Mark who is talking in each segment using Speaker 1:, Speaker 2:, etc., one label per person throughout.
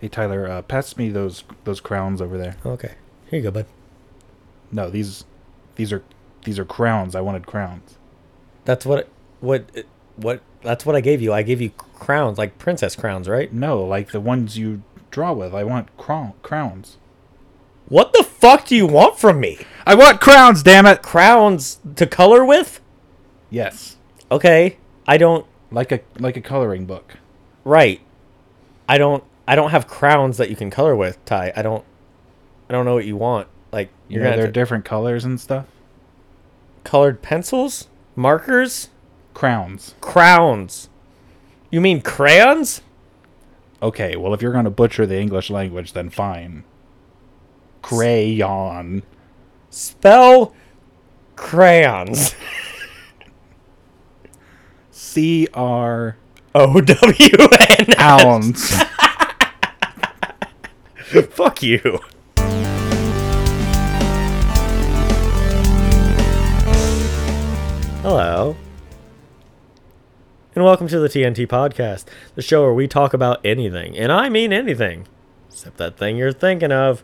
Speaker 1: Hey Tyler, uh, pass me those those crowns over there.
Speaker 2: Okay. Here you go, bud.
Speaker 1: No, these these are these are crowns. I wanted crowns.
Speaker 2: That's what what what that's what I gave you. I gave you crowns, like princess crowns, right?
Speaker 1: No, like the ones you draw with. I want crown crowns.
Speaker 2: What the fuck do you want from me?
Speaker 1: I want crowns, damn it.
Speaker 2: Crowns to color with?
Speaker 1: Yes.
Speaker 2: Okay. I don't
Speaker 1: Like a like a coloring book.
Speaker 2: right. I don't I don't have crowns that you can color with, Ty. I don't I don't know what you want. Like
Speaker 1: You
Speaker 2: you're
Speaker 1: know,
Speaker 2: gonna
Speaker 1: they're
Speaker 2: have to-
Speaker 1: different colors and stuff.
Speaker 2: colored pencils? Markers?
Speaker 1: Crowns.
Speaker 2: Crowns. You mean crayons?
Speaker 1: Okay, well if you're gonna butcher the English language, then fine. Crayon.
Speaker 2: Spell crayons.
Speaker 1: C R
Speaker 2: O W N.
Speaker 1: ounce.
Speaker 2: Fuck you. Hello. And welcome to the TNT Podcast, the show where we talk about anything, and I mean anything, except that thing you're thinking of.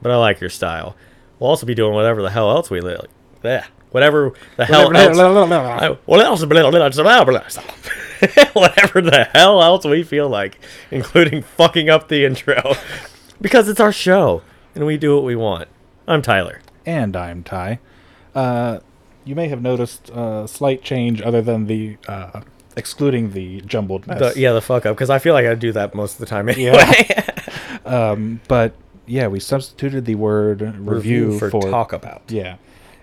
Speaker 2: But I like your style. We'll also be doing whatever the hell else we like. Yeah, whatever the hell else. I- What else? Whatever the hell else we feel like, including fucking up the intro, because it's our show and we do what we want. I'm Tyler.
Speaker 1: and I'm Ty. Uh, you may have noticed a slight change other than the uh, excluding the jumbled
Speaker 2: The,
Speaker 1: mess.
Speaker 2: yeah, the fuck up, because I feel like I do that most of the time anyway.
Speaker 1: Um, but yeah, we substituted the word review,
Speaker 2: for,
Speaker 1: for,
Speaker 2: talk about.
Speaker 1: Yeah.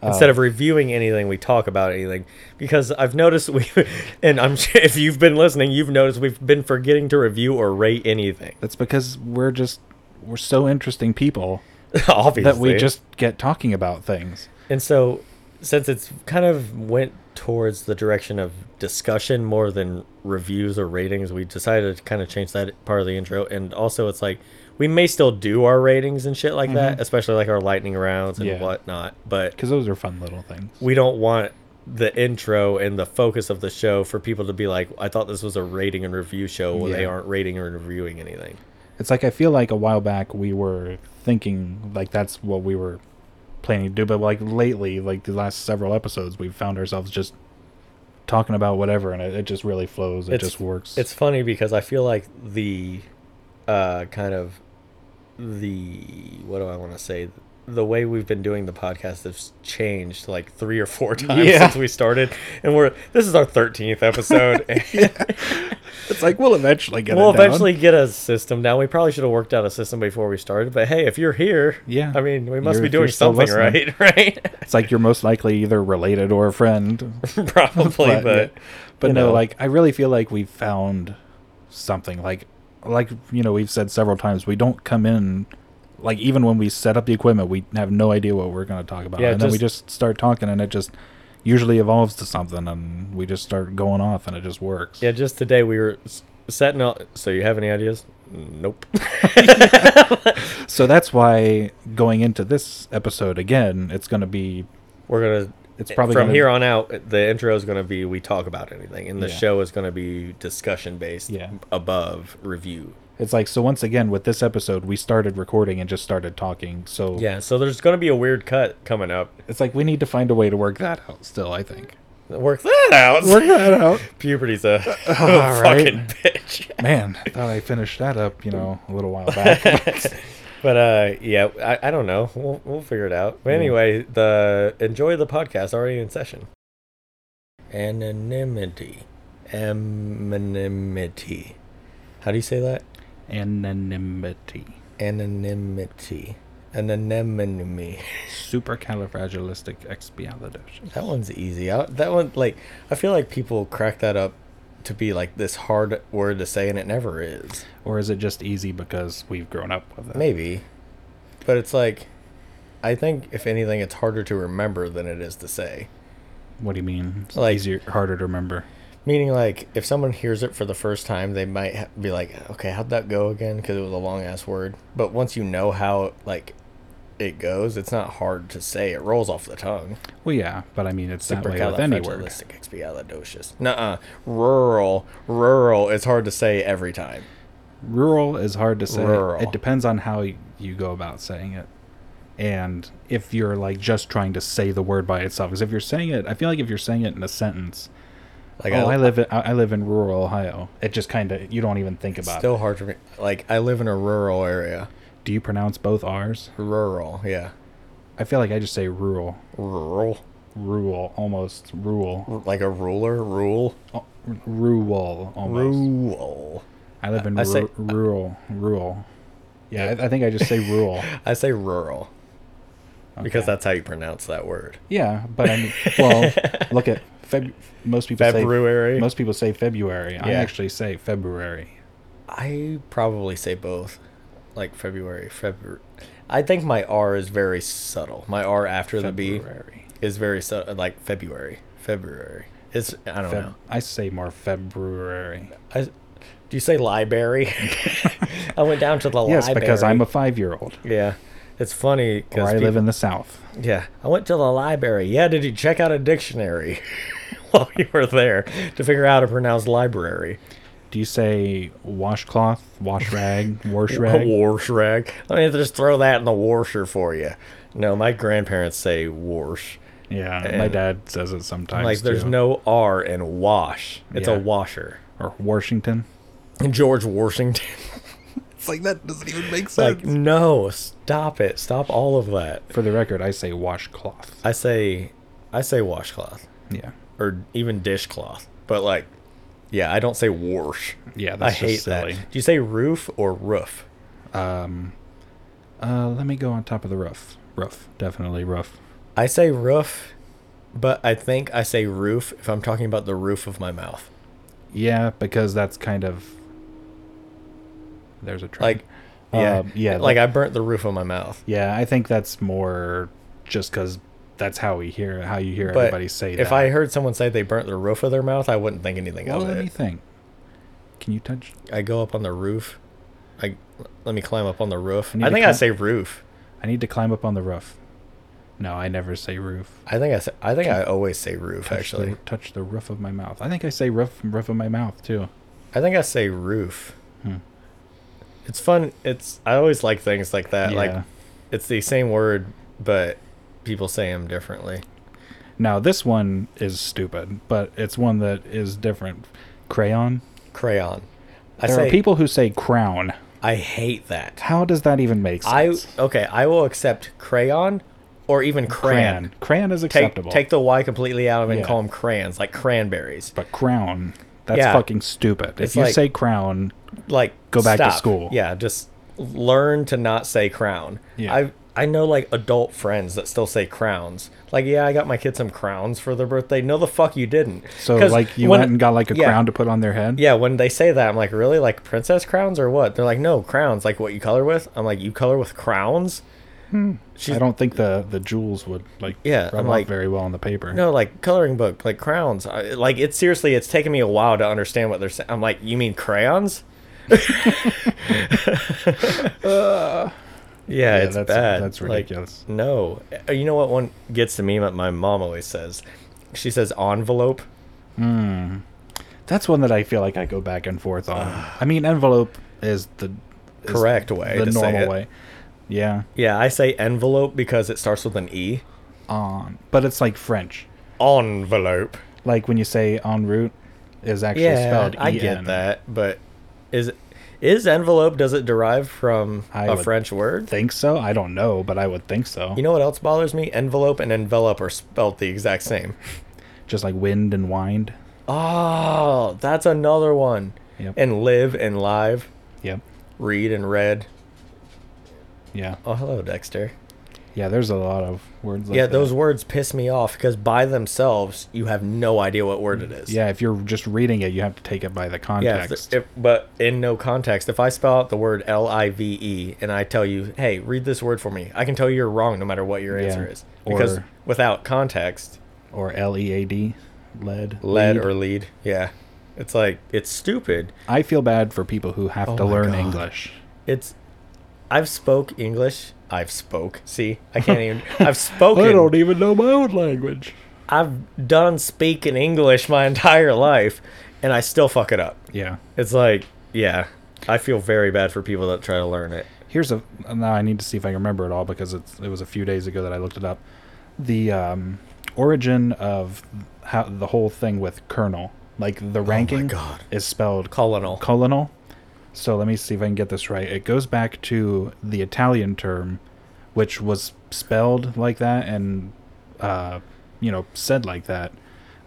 Speaker 1: Uh,
Speaker 2: Instead of reviewing anything, we talk about anything because I've noticed we, and I'm sure if you've been listening, you've noticed we've been forgetting to review or rate anything.
Speaker 1: That's because we're just we're so interesting people
Speaker 2: Obviously,
Speaker 1: that we just get talking about things.
Speaker 2: And so, since it's kind of went towards the direction of discussion more than reviews or ratings, we decided to kind of change that part of the intro. And also, it's like we may still do our ratings and shit like that, especially like our lightning rounds and
Speaker 1: Mm-hmm. Yeah.
Speaker 2: whatnot. But
Speaker 1: Because those are fun little things.
Speaker 2: we don't want the intro and the focus of the show for people to be like, I thought this was a rating and review show. Well, they
Speaker 1: Yeah.
Speaker 2: aren't rating or reviewing anything.
Speaker 1: It's like I feel like a while back we were thinking like that's what we were planning to do, but like lately, like the last several episodes, we've found ourselves just talking about whatever, and it, it just really flows. It
Speaker 2: It's-
Speaker 1: just works.
Speaker 2: It's funny because I feel like the uh, kind of the what do I want to say? The way we've been doing the podcast has changed like three or four times
Speaker 1: Yeah.
Speaker 2: since we started, and we're this is our thirteenth episode. and
Speaker 1: it's like we'll eventually get.
Speaker 2: we'll
Speaker 1: it down.
Speaker 2: eventually get a system down. We probably should have worked out a system before we started, but hey, if you're here,
Speaker 1: Yeah.
Speaker 2: I mean, we must
Speaker 1: You're-
Speaker 2: be
Speaker 1: if you're
Speaker 2: doing
Speaker 1: still
Speaker 2: something
Speaker 1: listening.
Speaker 2: right, right?
Speaker 1: It's like you're most likely either related or a friend.
Speaker 2: probably,
Speaker 1: but
Speaker 2: but
Speaker 1: yeah. but
Speaker 2: you
Speaker 1: no,
Speaker 2: know.
Speaker 1: like I really feel like we've found something. Like like you know we've said several times we don't come in like even when we set up the equipment we have no idea what we're going to talk about
Speaker 2: Yeah,
Speaker 1: and then we
Speaker 2: just-
Speaker 1: just start talking and it just usually evolves to something and we just start going off and it just works.
Speaker 2: Yeah, just today we were s- setting up. So you have any ideas? Nope.
Speaker 1: So that's why going into this episode again it's going to be
Speaker 2: we're gonna eh,
Speaker 1: It's probably
Speaker 2: from
Speaker 1: gonna-
Speaker 2: here on out the intro is gonna be we talk about anything and the
Speaker 1: Yeah.
Speaker 2: show is gonna be discussion based
Speaker 1: Yeah.
Speaker 2: above review
Speaker 1: it's like so once again with this episode we started recording and just started talking. So
Speaker 2: yeah so there's gonna be a weird cut coming up
Speaker 1: It's like we need to find a way to work that out still, I think.
Speaker 2: work that out
Speaker 1: that out.
Speaker 2: puberty's a, a
Speaker 1: all right.
Speaker 2: fucking bitch
Speaker 1: Man, I thought I finished that up, you know, a little while back.
Speaker 2: but uh yeah I, I don't know we'll, we'll figure it out but anyway the enjoy the podcast already in session anonymity anonymity how do you say that
Speaker 1: Anonymity.
Speaker 2: anonymity anonymity
Speaker 1: Supercalifragilisticexpialidocious.
Speaker 2: that one's easy I, that one like i feel like people crack that up to be like this hard word to say and it never is
Speaker 1: Or is it just easy because we've grown up with it?
Speaker 2: maybe but it's like i think if anything it's harder to remember than it is to say
Speaker 1: What do you mean? It's
Speaker 2: Like-
Speaker 1: easier, harder to remember.
Speaker 2: meaning like if someone hears it for the first time they might ha- be like okay how'd that go again because it was a long ass word but once you know how like it goes it's not hard to say it rolls off the tongue
Speaker 1: Well, yeah, but I mean, it's that way with any word.
Speaker 2: Supercalifragilisticexpialidocious. Nuh-uh. Rural. Rural. It's hard to say every time.
Speaker 1: rural is hard to say.
Speaker 2: Rural.
Speaker 1: It depends on how y- you go about saying it. And if you're like just trying to say the word by itself, because if you're saying it, I feel like if you're saying it in a sentence,
Speaker 2: Like
Speaker 1: oh, I,
Speaker 2: I,
Speaker 1: live in, I I live in rural Ohio. It just kind of you don't even think
Speaker 2: it's
Speaker 1: about.
Speaker 2: still
Speaker 1: it.
Speaker 2: hard to re- like. I live in a rural area.
Speaker 1: Do you pronounce both R's?
Speaker 2: Rural, yeah.
Speaker 1: I feel like I just say rural,
Speaker 2: Rural,
Speaker 1: rural, almost rural,
Speaker 2: R- like a ruler, rule,
Speaker 1: Al- rural, almost.
Speaker 2: rural.
Speaker 1: I live in
Speaker 2: I say-
Speaker 1: ru- rural, rural. Yeah, I, I think I just say rural
Speaker 2: I say rural because
Speaker 1: Okay.
Speaker 2: that's how you pronounce that word.
Speaker 1: Yeah, but I mean, well, look at Feb. Most people
Speaker 2: February.
Speaker 1: say most people say February. I
Speaker 2: Yeah.
Speaker 1: actually say February.
Speaker 2: I probably say both, like February, February. I think my R is very subtle. My R after the
Speaker 1: February.
Speaker 2: B is very subtle, like February, February. It's I don't
Speaker 1: Feb-
Speaker 2: know.
Speaker 1: I say more February.
Speaker 2: I, do you say library? I went down to the
Speaker 1: Yes,
Speaker 2: library.
Speaker 1: because I'm a five-year-old,
Speaker 2: yeah. It's funny
Speaker 1: or
Speaker 2: because
Speaker 1: I live in the South.
Speaker 2: Yeah, I went to the library. Yeah, did you check out a dictionary while you were there to figure out how to pronounce library?
Speaker 1: Do you say washcloth, wash rag, wash rag?
Speaker 2: Warsh rag. I mean, just throw that in the warsher for you. No, my grandparents say warsh.
Speaker 1: Yeah, my
Speaker 2: And-
Speaker 1: dad says it sometimes.
Speaker 2: Like, there's
Speaker 1: too.
Speaker 2: no R in wash. It's
Speaker 1: Yeah.
Speaker 2: a washer.
Speaker 1: or Washington.
Speaker 2: George Washington.
Speaker 1: It's like that doesn't even make
Speaker 2: like, no, stop it. Stop all of that.
Speaker 1: For the record, I say washcloth.
Speaker 2: I say, I say washcloth
Speaker 1: Yeah,
Speaker 2: or even dishcloth. But like, yeah, I don't say warsh.
Speaker 1: yeah.
Speaker 2: I
Speaker 1: That's
Speaker 2: hate
Speaker 1: just silly.
Speaker 2: that. Do you say roof or roof?
Speaker 1: Um, uh, let me go on top of the roof. Roof, definitely roof.
Speaker 2: I say roof, but I think I say roof if I'm talking about the roof of my mouth.
Speaker 1: Yeah, because that's kind of. There's a trend.
Speaker 2: Like, yeah,
Speaker 1: Um, yeah,
Speaker 2: Like
Speaker 1: that-
Speaker 2: I burnt the roof of my mouth.
Speaker 1: yeah, I think that's more just because that's how we hear how you hear
Speaker 2: But
Speaker 1: everybody say that.
Speaker 2: If I heard someone say they burnt the roof of their mouth, I wouldn't think anything
Speaker 1: well,
Speaker 2: of
Speaker 1: let
Speaker 2: it.
Speaker 1: me think. Can you touch?
Speaker 2: I go up on the roof. I let me climb up on the roof.
Speaker 1: need
Speaker 2: I
Speaker 1: to
Speaker 2: think I
Speaker 1: climb-
Speaker 2: say roof.
Speaker 1: I need to climb up on the roof. No, I never say roof.
Speaker 2: I think I say, I think I always say roof
Speaker 1: Touch the-
Speaker 2: actually.
Speaker 1: touch the roof of my mouth. I think I say roof roof of my mouth too.
Speaker 2: I think I say roof.
Speaker 1: Hmm.
Speaker 2: It's fun. It's I always like things like that.
Speaker 1: Yeah.
Speaker 2: Uh, Like it's the same word, but people say them differently.
Speaker 1: Now this one is stupid, but it's one that is different. Crayon.
Speaker 2: Crayon. I
Speaker 1: There
Speaker 2: say
Speaker 1: are people who say crown.
Speaker 2: I hate that.
Speaker 1: How does that even make
Speaker 2: I
Speaker 1: sense?
Speaker 2: okay. I will accept crayon, or even crayon.
Speaker 1: crayon. Crayon is
Speaker 2: Take
Speaker 1: acceptable.
Speaker 2: take the y completely out of it and
Speaker 1: Yeah.
Speaker 2: call them crayons, like cranberries.
Speaker 1: but crown. That's
Speaker 2: Yeah.
Speaker 1: fucking stupid.
Speaker 2: It's
Speaker 1: If you
Speaker 2: like-
Speaker 1: say crown,
Speaker 2: Like
Speaker 1: Go back to
Speaker 2: stop.
Speaker 1: school.
Speaker 2: Yeah, just learn to not say crown.
Speaker 1: Yeah.
Speaker 2: I I know like adult friends that still say crowns. Like yeah, I got my kids some crowns for their birthday. No, the fuck you didn't.
Speaker 1: so
Speaker 2: 'Cause
Speaker 1: like you
Speaker 2: when-
Speaker 1: went and got like a
Speaker 2: yeah.
Speaker 1: crown to put on their head.
Speaker 2: Yeah, when they say that, I'm like, really? Like princess crowns or what? They're like, no, crowns, like what you color with. I'm like, you color with crowns?
Speaker 1: I don't think the the jewels would like
Speaker 2: Yeah,
Speaker 1: rub
Speaker 2: I'm
Speaker 1: off
Speaker 2: like-
Speaker 1: very well on the paper.
Speaker 2: No, like coloring book, like crowns. I, like it's seriously, it's taken me a while to understand what they're saying. I'm like, you mean crayons? yeah, it's
Speaker 1: that's
Speaker 2: bad.
Speaker 1: that's
Speaker 2: Like,
Speaker 1: ridiculous.
Speaker 2: no, Uh, you know what? One gets to me. What my mom always says. She says envelope.
Speaker 1: Hmm. that's one that I feel like I go back and forth on. I mean, envelope is the is
Speaker 2: Correct way
Speaker 1: the
Speaker 2: to say
Speaker 1: normal
Speaker 2: it.
Speaker 1: way. Yeah,
Speaker 2: Yeah, I say envelope because it starts with an e.
Speaker 1: on, but it's like French.
Speaker 2: Envelope.
Speaker 1: Like when you say en route is actually
Speaker 2: Yeah,
Speaker 1: spelled E
Speaker 2: I
Speaker 1: EN.
Speaker 2: get E that, but is is envelope? Does it derive from
Speaker 1: I
Speaker 2: a
Speaker 1: would
Speaker 2: French word?
Speaker 1: Think so? I don't know, but I would think so.
Speaker 2: You know what else bothers me? Envelope and envelope are spelled the exact same.
Speaker 1: just like wind and wind.
Speaker 2: Oh, that's another one.
Speaker 1: Yep.
Speaker 2: And live and live,
Speaker 1: Yep.
Speaker 2: read and read.
Speaker 1: Yeah.
Speaker 2: Oh, hello, Dexter.
Speaker 1: Yeah. There's a lot of words. Like
Speaker 2: yeah,
Speaker 1: that.
Speaker 2: those words piss me off because by themselves, you have no idea what word it is.
Speaker 1: Yeah. If you're just reading it, you have to take it by the
Speaker 2: Yeah, if-
Speaker 1: context.
Speaker 2: if, but in no context, if I spell out the word L I V E and I tell you, "Hey, read this word for me," I can tell you you're wrong no matter what your
Speaker 1: Yeah,
Speaker 2: answer is because
Speaker 1: or-
Speaker 2: without context,
Speaker 1: or L E A D, lead.
Speaker 2: lead or lead, yeah, it's like it's stupid.
Speaker 1: I feel bad for people who have to
Speaker 2: Oh my
Speaker 1: learn
Speaker 2: God.
Speaker 1: English.
Speaker 2: It's I've spoke English. I've spoke. See, I can't even. I've spoken.
Speaker 1: even know my own language.
Speaker 2: I've done speaking English my entire life, and I still fuck it up.
Speaker 1: Yeah.
Speaker 2: It's like, yeah, I feel very bad for people that try to learn it. Oh
Speaker 1: Here's a now I need to see if I can remember it all because it's it was a few days ago that I looked it up. The um, origin of how the whole thing with kernel, like the ranking,
Speaker 2: Oh God.
Speaker 1: is spelled
Speaker 2: Colonel.
Speaker 1: colonel. So let me see if I can get this right. It goes back to the Italian term, which was spelled like that and, uh, you know, said like that,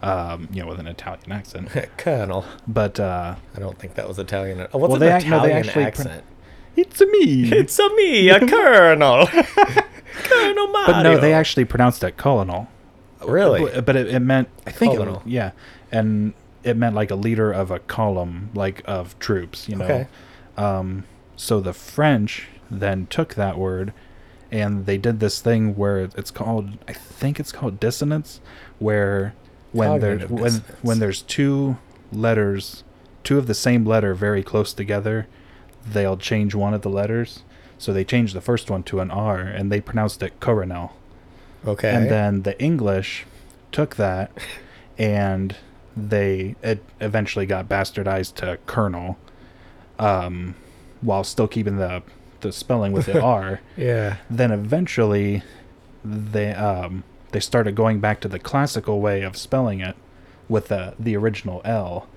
Speaker 1: um, you know, with an Italian accent.
Speaker 2: Colonel.
Speaker 1: But uh,
Speaker 2: I don't think that was Italian. Oh, What's
Speaker 1: Well,
Speaker 2: an
Speaker 1: they act- no, they
Speaker 2: Italian
Speaker 1: actually pro-
Speaker 2: accent?
Speaker 1: it's a me.
Speaker 2: it's a me, a colonel. colonel Mario.
Speaker 1: but no, they actually pronounced it colonel.
Speaker 2: really.
Speaker 1: But but it, it meant I think it was,
Speaker 2: Colonel.
Speaker 1: yeah, and it meant like a leader of a column, like of troops, you know.
Speaker 2: Okay.
Speaker 1: Um, so the French then took that word, and they did this thing where it's called I think it's called dissonance, where when there
Speaker 2: Cognitive
Speaker 1: when
Speaker 2: dissonance.
Speaker 1: when there's two letters, two of the same letter very close together, they'll change one of the letters. So they changed the first one to an R, and they pronounced it coronel.
Speaker 2: Okay.
Speaker 1: And then the English took that and they it eventually got bastardized to Colonel, um, while still keeping the the spelling with the R.
Speaker 2: yeah.
Speaker 1: Then eventually, they um, they started going back to the classical way of spelling it with the the original L,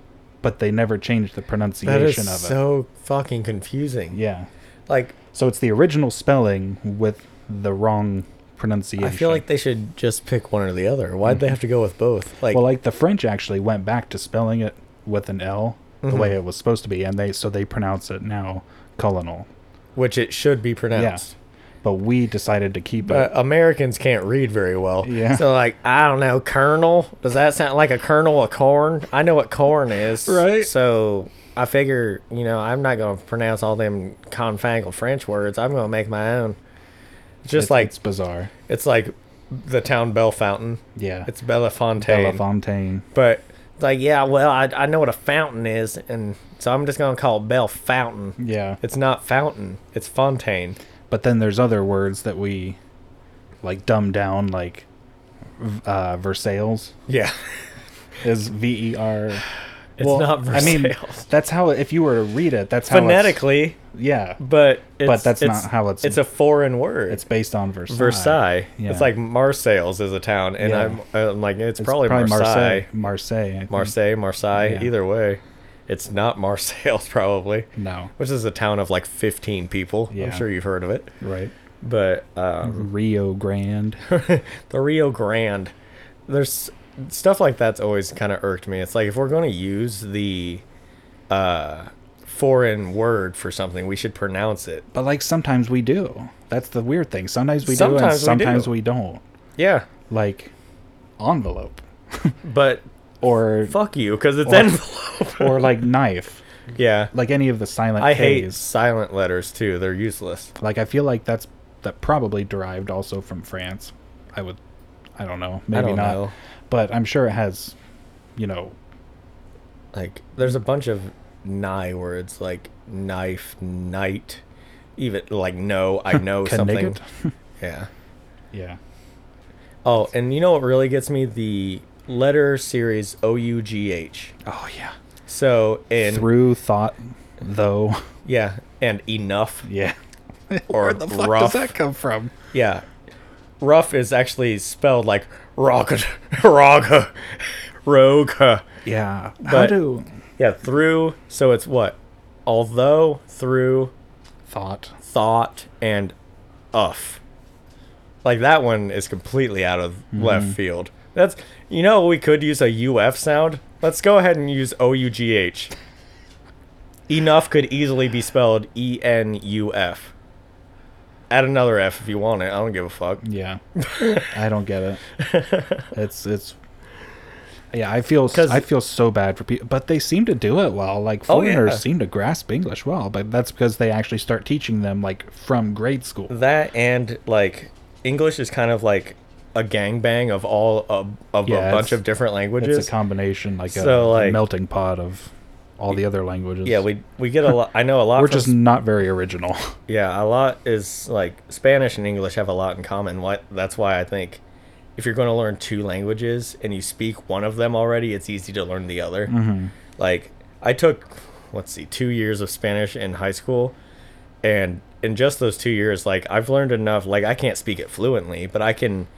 Speaker 1: but they never changed the pronunciation
Speaker 2: That is
Speaker 1: of
Speaker 2: so fucking confusing.
Speaker 1: it. Yeah,
Speaker 2: Like
Speaker 1: so it's the original spelling with the wrong pronunciation.
Speaker 2: I feel like they should just pick one or the other. Why'd they have to go with both? Like,
Speaker 1: well, like the French actually went back to spelling it with an L the way it was supposed to be, and they so they pronounce it now colonel.
Speaker 2: which it should be pronounced.
Speaker 1: But we decided to keep it.
Speaker 2: But Americans can't read very well.
Speaker 1: Yeah.
Speaker 2: So like, I don't know, kernel. Does that sound like a kernel of corn? I know what corn is.
Speaker 1: Right.
Speaker 2: So I figure, you know, I'm not gonna pronounce all them confangled French words. I'm gonna make my own. It's Just
Speaker 1: It's-
Speaker 2: like
Speaker 1: it's bizarre.
Speaker 2: it's like the town bell fountain.
Speaker 1: Yeah,
Speaker 2: It's Belafontaine.
Speaker 1: Belafontaine.
Speaker 2: But it's like, yeah, well, I, I know what a fountain is, and so I'm just gonna call it Bell Fountain.
Speaker 1: Yeah,
Speaker 2: It's not fountain. It's fontaine.
Speaker 1: but then there's other words that we like dumb down, like v- uh, Versailles
Speaker 2: Yeah.
Speaker 1: is V E R.
Speaker 2: It's not
Speaker 1: I mean,
Speaker 2: Versailles.
Speaker 1: that's how it- if you were to read it, that's how it's-
Speaker 2: Phonetically,
Speaker 1: Yeah,
Speaker 2: but it's,
Speaker 1: that's
Speaker 2: it's-
Speaker 1: not how it's-
Speaker 2: It's a foreign word.
Speaker 1: it's based on Versailles.
Speaker 2: Versailles.
Speaker 1: Yeah.
Speaker 2: It's like Marseilles is a town, and
Speaker 1: Yeah.
Speaker 2: I'm, I'm like, it's,
Speaker 1: It's
Speaker 2: probably, Marseille.
Speaker 1: Marseille. Marseille. I think.
Speaker 2: Marseille, Marseille.
Speaker 1: Yeah.
Speaker 2: Either way, it's not Marseilles probably,
Speaker 1: No,
Speaker 2: which is a town of like 15 people.
Speaker 1: Yeah.
Speaker 2: I'm sure you've heard of it,
Speaker 1: right.
Speaker 2: but um,
Speaker 1: Mm-hmm. Rio Grande.
Speaker 2: the Rio Grande. There's stuff like that's always kind of irked me. It's like if we're going to use the uh, foreign word for something, we should pronounce it.
Speaker 1: But like sometimes we do. That's the weird thing. Sometimes we do and
Speaker 2: Sometimes we
Speaker 1: sometimes
Speaker 2: do.
Speaker 1: we, don't.
Speaker 2: Yeah,
Speaker 1: Like envelope
Speaker 2: but
Speaker 1: or
Speaker 2: fuck you because it's
Speaker 1: Or-
Speaker 2: envelope.
Speaker 1: or like knife.
Speaker 2: yeah,
Speaker 1: Like any of the silent
Speaker 2: I hate
Speaker 1: K's.
Speaker 2: silent letters too. They're useless.
Speaker 1: Like I feel like that's that probably derived also from France. I would I don't know. Maybe
Speaker 2: I don't
Speaker 1: not.
Speaker 2: know.
Speaker 1: But I'm sure it has you know
Speaker 2: Like there's a bunch of nigh words like knife, night, even like no. I know Oh, something.
Speaker 1: connected.
Speaker 2: Yeah.
Speaker 1: yeah.
Speaker 2: Oh, and you know what really gets me? The letter series O U G H.
Speaker 1: Oh yeah.
Speaker 2: So in
Speaker 1: Through thought though.
Speaker 2: yeah, and enough
Speaker 1: Yeah.
Speaker 2: or
Speaker 1: Where the fuck does
Speaker 2: rough.
Speaker 1: that come from?
Speaker 2: Yeah, rough is actually spelled like rocket, roga, roga.
Speaker 1: Yeah. How
Speaker 2: But-
Speaker 1: do
Speaker 2: Yeah, through. So it's what? Although through
Speaker 1: thought
Speaker 2: thought and uff. Like that one is completely out of
Speaker 1: Mm-hmm.
Speaker 2: left field. That's you know we could use a UF sound. Let's go ahead and use O U G H. Enough could easily be spelled E N U F. Add another F if you want it. I don't give a fuck.
Speaker 1: Yeah, I don't get it. It's it's. Yeah, I feel
Speaker 2: 'Cause-
Speaker 1: I feel so bad for people, but they seem to do it well. Like
Speaker 2: Oh, yeah.
Speaker 1: foreigners seem to grasp English well, but that's because they actually start teaching them like from grade school.
Speaker 2: That and like English is kind of like a gangbang of all of, of
Speaker 1: Yeah,
Speaker 2: a
Speaker 1: it's-
Speaker 2: bunch of different languages.
Speaker 1: It's a combination, like a,
Speaker 2: So, like-
Speaker 1: melting pot of all the other languages.
Speaker 2: yeah, we we get a lot. I know a lot.
Speaker 1: we're
Speaker 2: from
Speaker 1: just not very original.
Speaker 2: Yeah, a lot is like Spanish and English have a lot in common. What that's why I think if you're going to learn two languages and you speak one of them already, it's easy to learn the other. Like I took let's see, two years of Spanish in high school, and in just those two years, like I've learned enough. Like I can't speak it fluently, but I can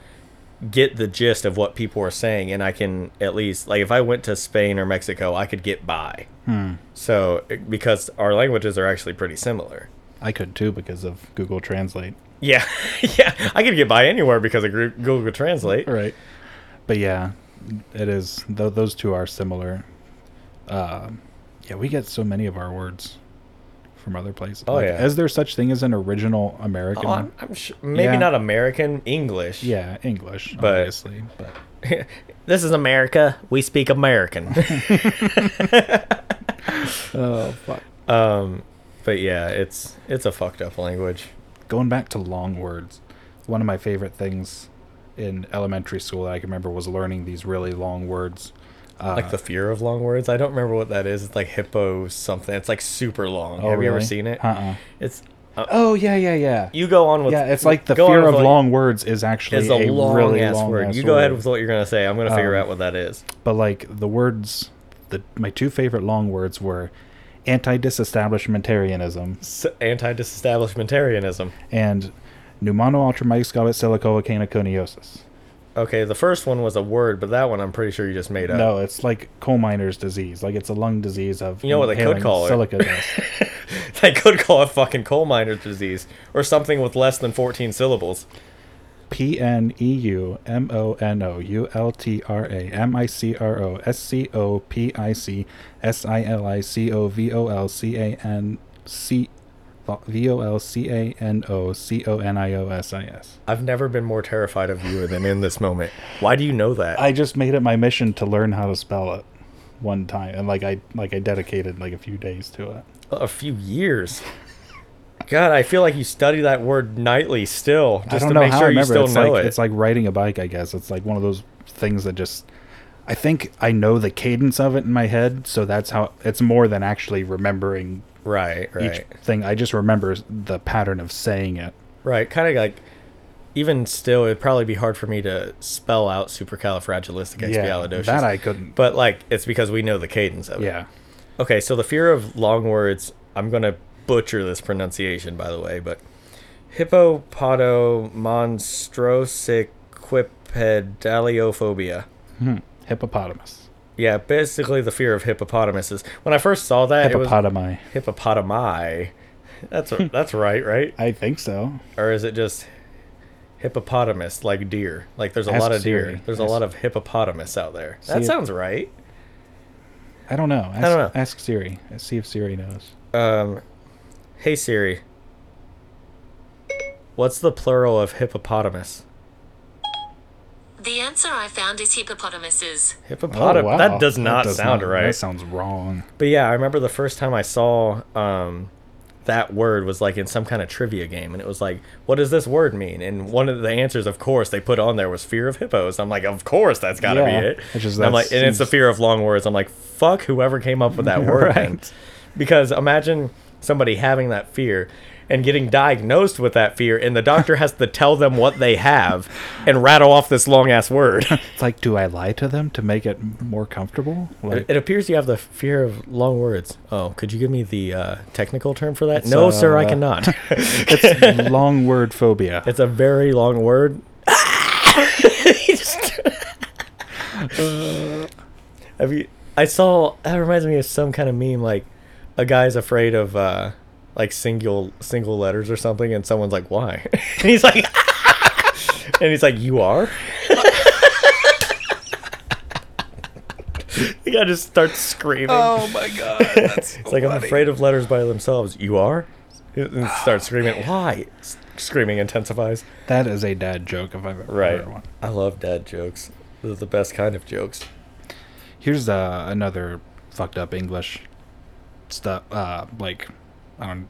Speaker 2: get the gist of what people are saying, and I can at least like if I went to Spain or Mexico, I could get by.
Speaker 1: Hmm.
Speaker 2: So because our languages are actually pretty similar.
Speaker 1: I could too because of Google Translate.
Speaker 2: Yeah, yeah, I could get by anywhere because of Gru- Google Translate.
Speaker 1: Right. But yeah, it is. Th- those two are similar. Uh, yeah, we get so many of our words from other places.
Speaker 2: Oh, yeah.
Speaker 1: Is there such thing as an original American?
Speaker 2: Oh, I'm, I'm sure, maybe
Speaker 1: Yeah.
Speaker 2: not American English.
Speaker 1: yeah, English,
Speaker 2: But-
Speaker 1: obviously. But
Speaker 2: This is America. We speak American.
Speaker 1: oh fuck.
Speaker 2: um, but yeah, it's it's a fucked up language.
Speaker 1: Going back to long words, one of my favorite things in elementary school that I can remember was learning these really long words. Uh,
Speaker 2: Like the fear of long words. I don't remember what that is. It's like hippo something. It's like super long.
Speaker 1: oh,
Speaker 2: Have you ever
Speaker 1: really?
Speaker 2: seen it?
Speaker 1: Uh-uh.
Speaker 2: It's uh,
Speaker 1: Oh yeah, yeah, yeah.
Speaker 2: you go on with
Speaker 1: yeah, it's like the
Speaker 2: go on
Speaker 1: fear
Speaker 2: with
Speaker 1: of
Speaker 2: what-
Speaker 1: long words is actually
Speaker 2: It's a long
Speaker 1: really
Speaker 2: ass
Speaker 1: long
Speaker 2: word.
Speaker 1: ass
Speaker 2: You go ahead
Speaker 1: word.
Speaker 2: with what you're gonna say. I'm gonna figure
Speaker 1: Um,
Speaker 2: out what that is.
Speaker 1: but like the words the my two favorite long words were anti-disestablishmentarianism
Speaker 2: S- anti-disestablishmentarianism.
Speaker 1: and pneumonoultramicroscopic silicoacanocuniosis.
Speaker 2: Okay, the first one was a word, but that one I'm pretty sure you just made up.
Speaker 1: No, it's like coal miner's disease. Like it's a lung disease of
Speaker 2: You know what they could
Speaker 1: inhaling
Speaker 2: call it.
Speaker 1: silica dust.
Speaker 2: they could call it fucking coal miner's disease or something with less than 14 syllables.
Speaker 1: P N E U M O N O U L T R A M I C R O S C O P I C S I L I C O V O L C A N C V O L C A N O C O N I O S I S.
Speaker 2: I've never been more terrified of you than in this moment. Why do you know that?
Speaker 1: I just made it my mission to learn how to spell it one time and like I like I dedicated like a few days to it.
Speaker 2: a few years. God, I feel like you study that word nightly still,
Speaker 1: I
Speaker 2: just
Speaker 1: don't
Speaker 2: to
Speaker 1: know
Speaker 2: make
Speaker 1: how
Speaker 2: sure
Speaker 1: I
Speaker 2: you
Speaker 1: remember.
Speaker 2: still
Speaker 1: it's
Speaker 2: know
Speaker 1: like
Speaker 2: it.
Speaker 1: it's like riding a bike, I guess. It's like one of those things that just I think I know the cadence of it in my head, so that's how it's more than actually remembering
Speaker 2: right, right,
Speaker 1: each thing. I just remember the pattern of saying it.
Speaker 2: right. Kind of like, even still, it'd probably be hard for me to spell out supercalifragilisticexpialidocious.
Speaker 1: that I couldn't.
Speaker 2: but like, it's because we know the cadence of it.
Speaker 1: yeah,
Speaker 2: Okay, so the fear of long words. I'm gonna butcher this pronunciation, by the way, but hippopoto monstrosiquipedaliophobia.
Speaker 1: Hmm. hippopotamus,
Speaker 2: Yeah, basically the fear of hippopotamuses. When I first saw that, it was
Speaker 1: hippopotami.
Speaker 2: hippopotami. That's that's right, right?
Speaker 1: I think so.
Speaker 2: Or is it just hippopotamus, like deer? Like there's a
Speaker 1: Ask
Speaker 2: lot of deer.
Speaker 1: Siri.
Speaker 2: There's a
Speaker 1: Ask-
Speaker 2: lot of hippopotamus out there.
Speaker 1: See
Speaker 2: that
Speaker 1: if-
Speaker 2: sounds right.
Speaker 1: I don't know. Ask,
Speaker 2: don't know.
Speaker 1: Ask Siri. See if Siri knows.
Speaker 2: Um, hey Siri, what's the plural of hippopotamus?
Speaker 3: The answer I found is hippopotamuses.
Speaker 2: Hippopotamus.
Speaker 1: Oh, wow.
Speaker 2: That does not
Speaker 1: does
Speaker 2: sound
Speaker 1: not-
Speaker 2: right.
Speaker 1: That sounds wrong.
Speaker 2: But yeah, I remember the first time I saw um, that word was like in some kind of trivia game, and it was like, "What does this word mean?" And one of the answers, of course, they put on there was fear of hippos. I'm like, "Of course, that's got to
Speaker 1: Yeah.
Speaker 2: be it."
Speaker 1: Which is-
Speaker 2: And I'm
Speaker 1: that
Speaker 2: like, and it's the
Speaker 1: seems-
Speaker 2: fear of long words. I'm like, "Fuck whoever came up with that word," then.
Speaker 1: Right.
Speaker 2: because imagine somebody having that fear. And getting diagnosed with that fear, and the doctor has to tell them what they have, and rattle off this long ass word.
Speaker 1: It's like, do I lie to them to make it more comfortable? Like,
Speaker 2: It, it appears you have the fear of long words. Oh, could you give me the uh, technical term for that? no, sir, I
Speaker 1: uh,
Speaker 2: cannot.
Speaker 1: it's long word phobia.
Speaker 2: it's a very long word. have you? I saw. That reminds me of some kind of meme. Like a guy's afraid of uh, like single single letters or something, and someone's like, "Why?" and he's like, and he's like, "You are." the guy just starts screaming.
Speaker 1: Oh my god, that's
Speaker 2: It's like I'm afraid of letters by themselves. You are? And start screaming. Why? S- Screaming intensifies.
Speaker 1: that is a dad joke if I've ever heard one.
Speaker 2: I love dad jokes. They're the best kind of jokes.
Speaker 1: Here's uh, another fucked up English stuff. Uh, like, I don't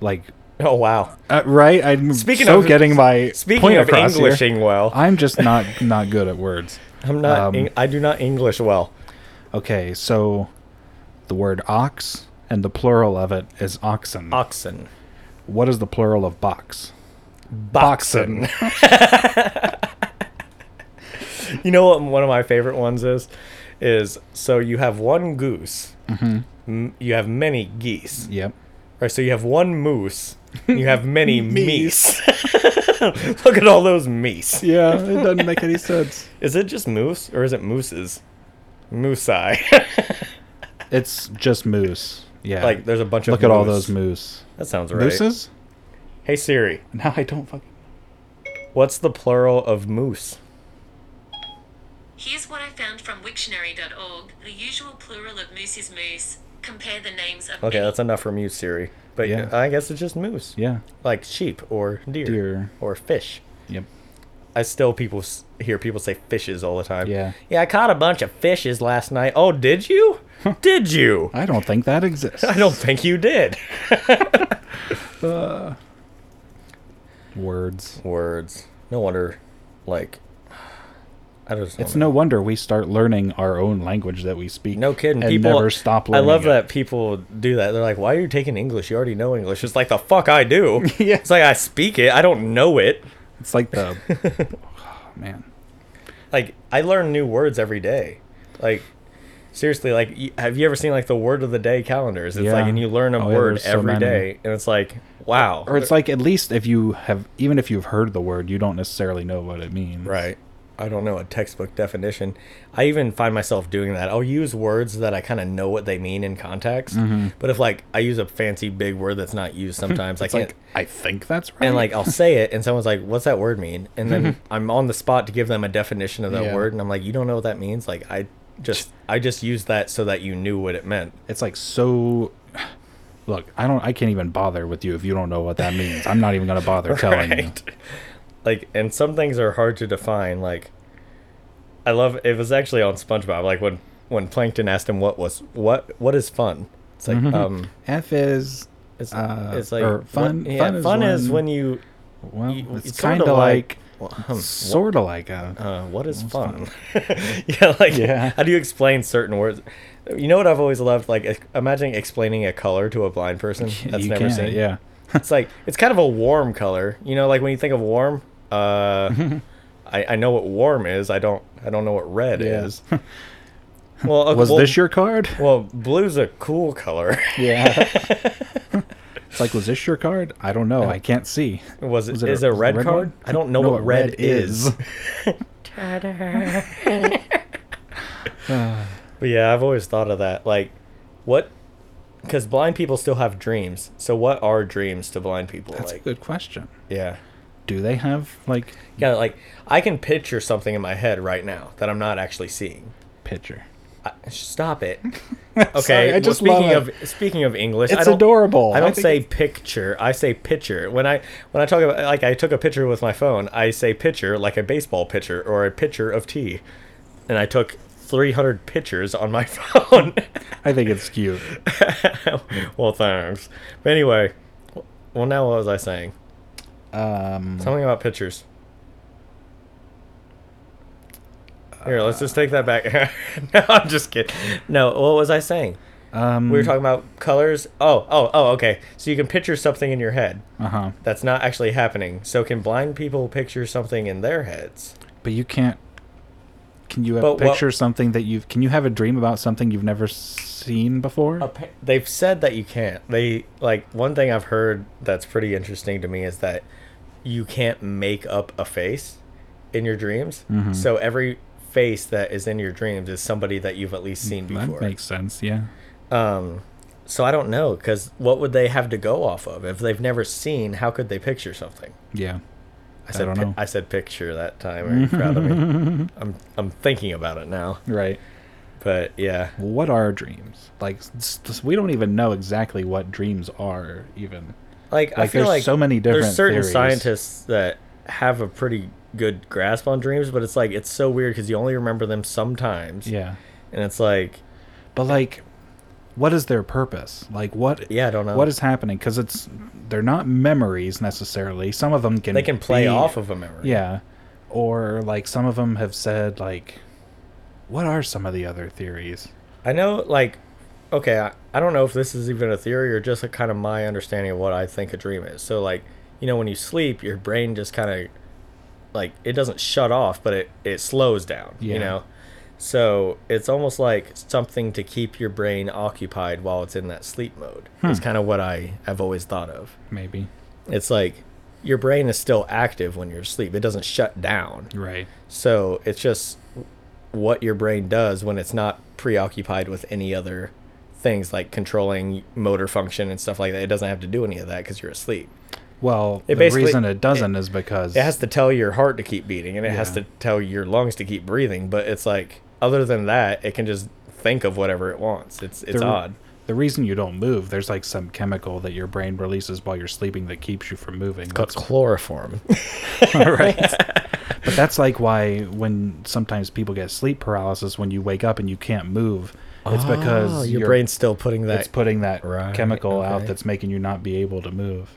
Speaker 1: like.
Speaker 2: Oh wow.
Speaker 1: Uh, right, I'm
Speaker 2: Speaking
Speaker 1: so
Speaker 2: of-
Speaker 1: getting my
Speaker 2: Speaking
Speaker 1: point
Speaker 2: of
Speaker 1: across here.
Speaker 2: Englishing well,
Speaker 1: I'm just not not good at words.
Speaker 2: I'm not.
Speaker 1: um,
Speaker 2: Eng- I do not English well.
Speaker 1: Okay, so the word ox and the plural of it is oxen.
Speaker 2: Oxen.
Speaker 1: what is the plural of box?
Speaker 2: Boxen. you know what? One of my favorite ones is, is so you have one goose, m- you have many geese.
Speaker 1: Yep.
Speaker 2: Right, so you have one moose. You have many meese. Look at all those meese.
Speaker 1: Yeah, it doesn't make any sense.
Speaker 2: Is it just moose or is it mooses? Moosei.
Speaker 1: It's just moose. Yeah.
Speaker 2: like there's a bunch of
Speaker 1: look at all
Speaker 2: moose.
Speaker 1: those moose.
Speaker 2: That sounds right.
Speaker 1: Mooses?
Speaker 2: Hey Siri,
Speaker 1: Now I don't fucking.
Speaker 2: what's the plural of moose?
Speaker 3: Here's what I found from Wiktionary.org. The usual plural of moose is moose. Compare the names of
Speaker 2: Okay, that's enough from you, Siri. But
Speaker 1: Yeah.
Speaker 2: yeah. I guess it's just moose.
Speaker 1: Yeah.
Speaker 2: Like sheep or deer,
Speaker 1: Deer.
Speaker 2: or fish.
Speaker 1: Yep.
Speaker 2: I still people s- hear people say fishes all the time.
Speaker 1: Yeah.
Speaker 2: Yeah, I caught a bunch of fishes last night. Oh, did you? did you?
Speaker 1: I don't think that exists.
Speaker 2: I don't think you did.
Speaker 1: Words.
Speaker 2: Words. No wonder. Like, I just.
Speaker 1: It's no wonder we start learning our own language that we speak.
Speaker 2: No kidding.
Speaker 1: And
Speaker 2: people
Speaker 1: never stop
Speaker 2: I
Speaker 1: learning.
Speaker 2: love
Speaker 1: it.
Speaker 2: that people do that. They're like, "Why are you taking English? You already know English." It's like the fuck I do.
Speaker 1: Yeah.
Speaker 2: It's like I speak it. I don't know it.
Speaker 1: It's like the. Oh, man.
Speaker 2: Like I learn new words every day. Like seriously, like y- have you ever seen like the word of the day calendars? It's
Speaker 1: Yeah.
Speaker 2: like and you learn a
Speaker 1: Oh, yeah,
Speaker 2: word
Speaker 1: there's so
Speaker 2: every day,
Speaker 1: many.
Speaker 2: and it's like wow.
Speaker 1: Or it's like at least if you have, even if you've heard the word, you don't necessarily know what it means.
Speaker 2: Right. I don't know a textbook definition. I even find myself doing that. I'll use words that I kind of know what they mean in context. But if like I use a fancy big word that's not used sometimes, I
Speaker 1: Mm-hmm. It's
Speaker 2: can't.
Speaker 1: like I think that's right.
Speaker 2: and like I'll say it, and someone's like, "What's that word mean?" And then I'm on the spot to give them a definition of that
Speaker 1: Yeah.
Speaker 2: word, and I'm like, "You don't know what that means?" Like I just I just used that so that you knew what it meant.
Speaker 1: it's like so. Look, I don't. I can't even bother with you if you don't know what that means. I'm not even gonna bother telling you.
Speaker 2: Right. Like, and some things are hard to define. Like, I love it was actually on SpongeBob. Like when when Plankton asked him what was what what is fun. It's like um,
Speaker 1: F is
Speaker 2: it's,
Speaker 1: Mm-hmm. Uh,
Speaker 2: it's like
Speaker 1: or
Speaker 2: what-
Speaker 1: fun-
Speaker 2: yeah,
Speaker 1: fun is
Speaker 2: is
Speaker 1: when-
Speaker 2: when you,
Speaker 1: well,
Speaker 2: you-
Speaker 1: it's,
Speaker 2: it's
Speaker 1: kind
Speaker 2: kinda
Speaker 1: of like,
Speaker 2: like well, hmm,
Speaker 1: sort of like a.
Speaker 2: uh, what is fun? yeah, like
Speaker 1: Yeah.
Speaker 2: how do you explain certain words? You know what I've always loved? Like ex- imagine explaining a color to a blind person that's
Speaker 1: you
Speaker 2: never
Speaker 1: can,
Speaker 2: seen.
Speaker 1: Yeah.
Speaker 2: it's like it's kind of a warm color. You know, like when you think of warm, uh,
Speaker 1: Mm-hmm.
Speaker 2: I, I know what warm is. I don't I don't know what red
Speaker 1: Yeah.
Speaker 2: is. Well, okay,
Speaker 1: Was
Speaker 2: well,
Speaker 1: this your card?
Speaker 2: well blue's a cool color.
Speaker 1: Yeah. it's like, was this your card? I don't know. I can't see.
Speaker 2: Was it,
Speaker 1: Was it
Speaker 2: is
Speaker 1: a-
Speaker 2: a,
Speaker 1: was it
Speaker 2: red,
Speaker 1: red
Speaker 2: card?
Speaker 1: one?
Speaker 2: I don't know,
Speaker 1: Know
Speaker 2: what, red, is.
Speaker 1: Uh,
Speaker 2: But yeah, I've always thought of that. Like, what? Because blind people still have dreams. So what are dreams to blind people?
Speaker 1: That's
Speaker 2: like,
Speaker 1: a good question.
Speaker 2: yeah,
Speaker 1: Do they have like
Speaker 2: yeah. Like I can picture something in my head right now that I'm not actually seeing.
Speaker 1: picture?
Speaker 2: I, stop it. Okay.
Speaker 1: Sorry, I
Speaker 2: well,
Speaker 1: just
Speaker 2: speaking
Speaker 1: love
Speaker 2: of speaking of English, I
Speaker 1: It's
Speaker 2: don't,
Speaker 1: adorable.
Speaker 2: I
Speaker 1: I
Speaker 2: don't
Speaker 1: think
Speaker 2: say picture. I say pitcher. When I when I talk about like I took a picture with my phone, I say pitcher like a baseball pitcher or a pitcher of tea. And I took 300 pictures on my phone.
Speaker 1: I think it's cute.
Speaker 2: well, thanks. But anyway, well now what was I saying?
Speaker 1: Um,
Speaker 2: Something about pictures. Here, let's just take that back. no, I'm just kidding. No, what was I saying?
Speaker 1: um,
Speaker 2: We were talking about colors. Oh, oh, oh, okay. So you can picture something in your head
Speaker 1: Uh huh.
Speaker 2: that's not actually happening. So can blind people picture something in their heads?
Speaker 1: But you can't. Can you
Speaker 2: But what-
Speaker 1: picture something that you've? Can you have a dream about something you've never seen before?
Speaker 2: Appa- They've said that you can't. They like one thing I've heard that's pretty interesting to me is that you can't make up a face in your dreams.
Speaker 1: Mm-hmm.
Speaker 2: So every face that is in your dreams is somebody that you've at least seen before.
Speaker 1: Mm, that makes sense. Yeah.
Speaker 2: um so I don't know cuz what would they have to go off of if they've never seen how could they picture something?
Speaker 1: Yeah.
Speaker 2: I said,
Speaker 1: don't
Speaker 2: pi-
Speaker 1: know.
Speaker 2: I said picture that time. Are you proud of me? I'm, I'm thinking about it now.
Speaker 1: Right.
Speaker 2: But yeah,
Speaker 1: Well, what are dreams? Like s- s- we don't even know exactly what dreams are. Even.
Speaker 2: like, I
Speaker 1: Like,
Speaker 2: feel
Speaker 1: there's
Speaker 2: like
Speaker 1: so many
Speaker 2: There's
Speaker 1: different
Speaker 2: certain
Speaker 1: theories.
Speaker 2: scientists that have a pretty good grasp on dreams, but it's like it's so weird because you only remember them sometimes.
Speaker 1: Yeah.
Speaker 2: and it's like
Speaker 1: But like, what is their purpose? Like what?
Speaker 2: Yeah, I don't know.
Speaker 1: What is happening? Because it's they're not memories necessarily. Some of them can
Speaker 2: they can play
Speaker 1: be-
Speaker 2: off of a memory.
Speaker 1: Yeah. Or like some of them have said like what are some of the other theories?
Speaker 2: I know. Like, okay, I, I don't know if this is even a theory or just a kind of my understanding of what I think a dream is. So like, you know, when you sleep, your brain just kind of like it doesn't shut off, but it it slows down.
Speaker 1: Yeah.
Speaker 2: You know, So it's almost like something to keep your brain occupied while it's in that sleep mode. It's kind of what I have always thought of.
Speaker 1: maybe.
Speaker 2: It's like your brain is still active when you're asleep. It doesn't shut down.
Speaker 1: Right.
Speaker 2: So it's just what your brain does when it's not preoccupied with any other things like controlling motor function and stuff like that. It doesn't have to do any of that because you're asleep.
Speaker 1: Well,
Speaker 2: It
Speaker 1: the
Speaker 2: basically-
Speaker 1: reason it doesn't is because
Speaker 2: It has to tell your heart to keep beating and it has
Speaker 1: Yeah.
Speaker 2: to tell your lungs to keep breathing. But it's like, other than that, it can just think of whatever it wants. It's it's
Speaker 1: the,
Speaker 2: odd.
Speaker 1: The reason you don't move, there's like some chemical that your brain releases while you're sleeping that keeps you from moving.
Speaker 2: Called chloroform.
Speaker 1: right. But that's like why when sometimes people get sleep paralysis when you wake up and you can't move, it's because
Speaker 2: Ah, your brain's still putting that.
Speaker 1: it's putting that
Speaker 2: Right,
Speaker 1: chemical out
Speaker 2: okay.
Speaker 1: that's making you not be able to move.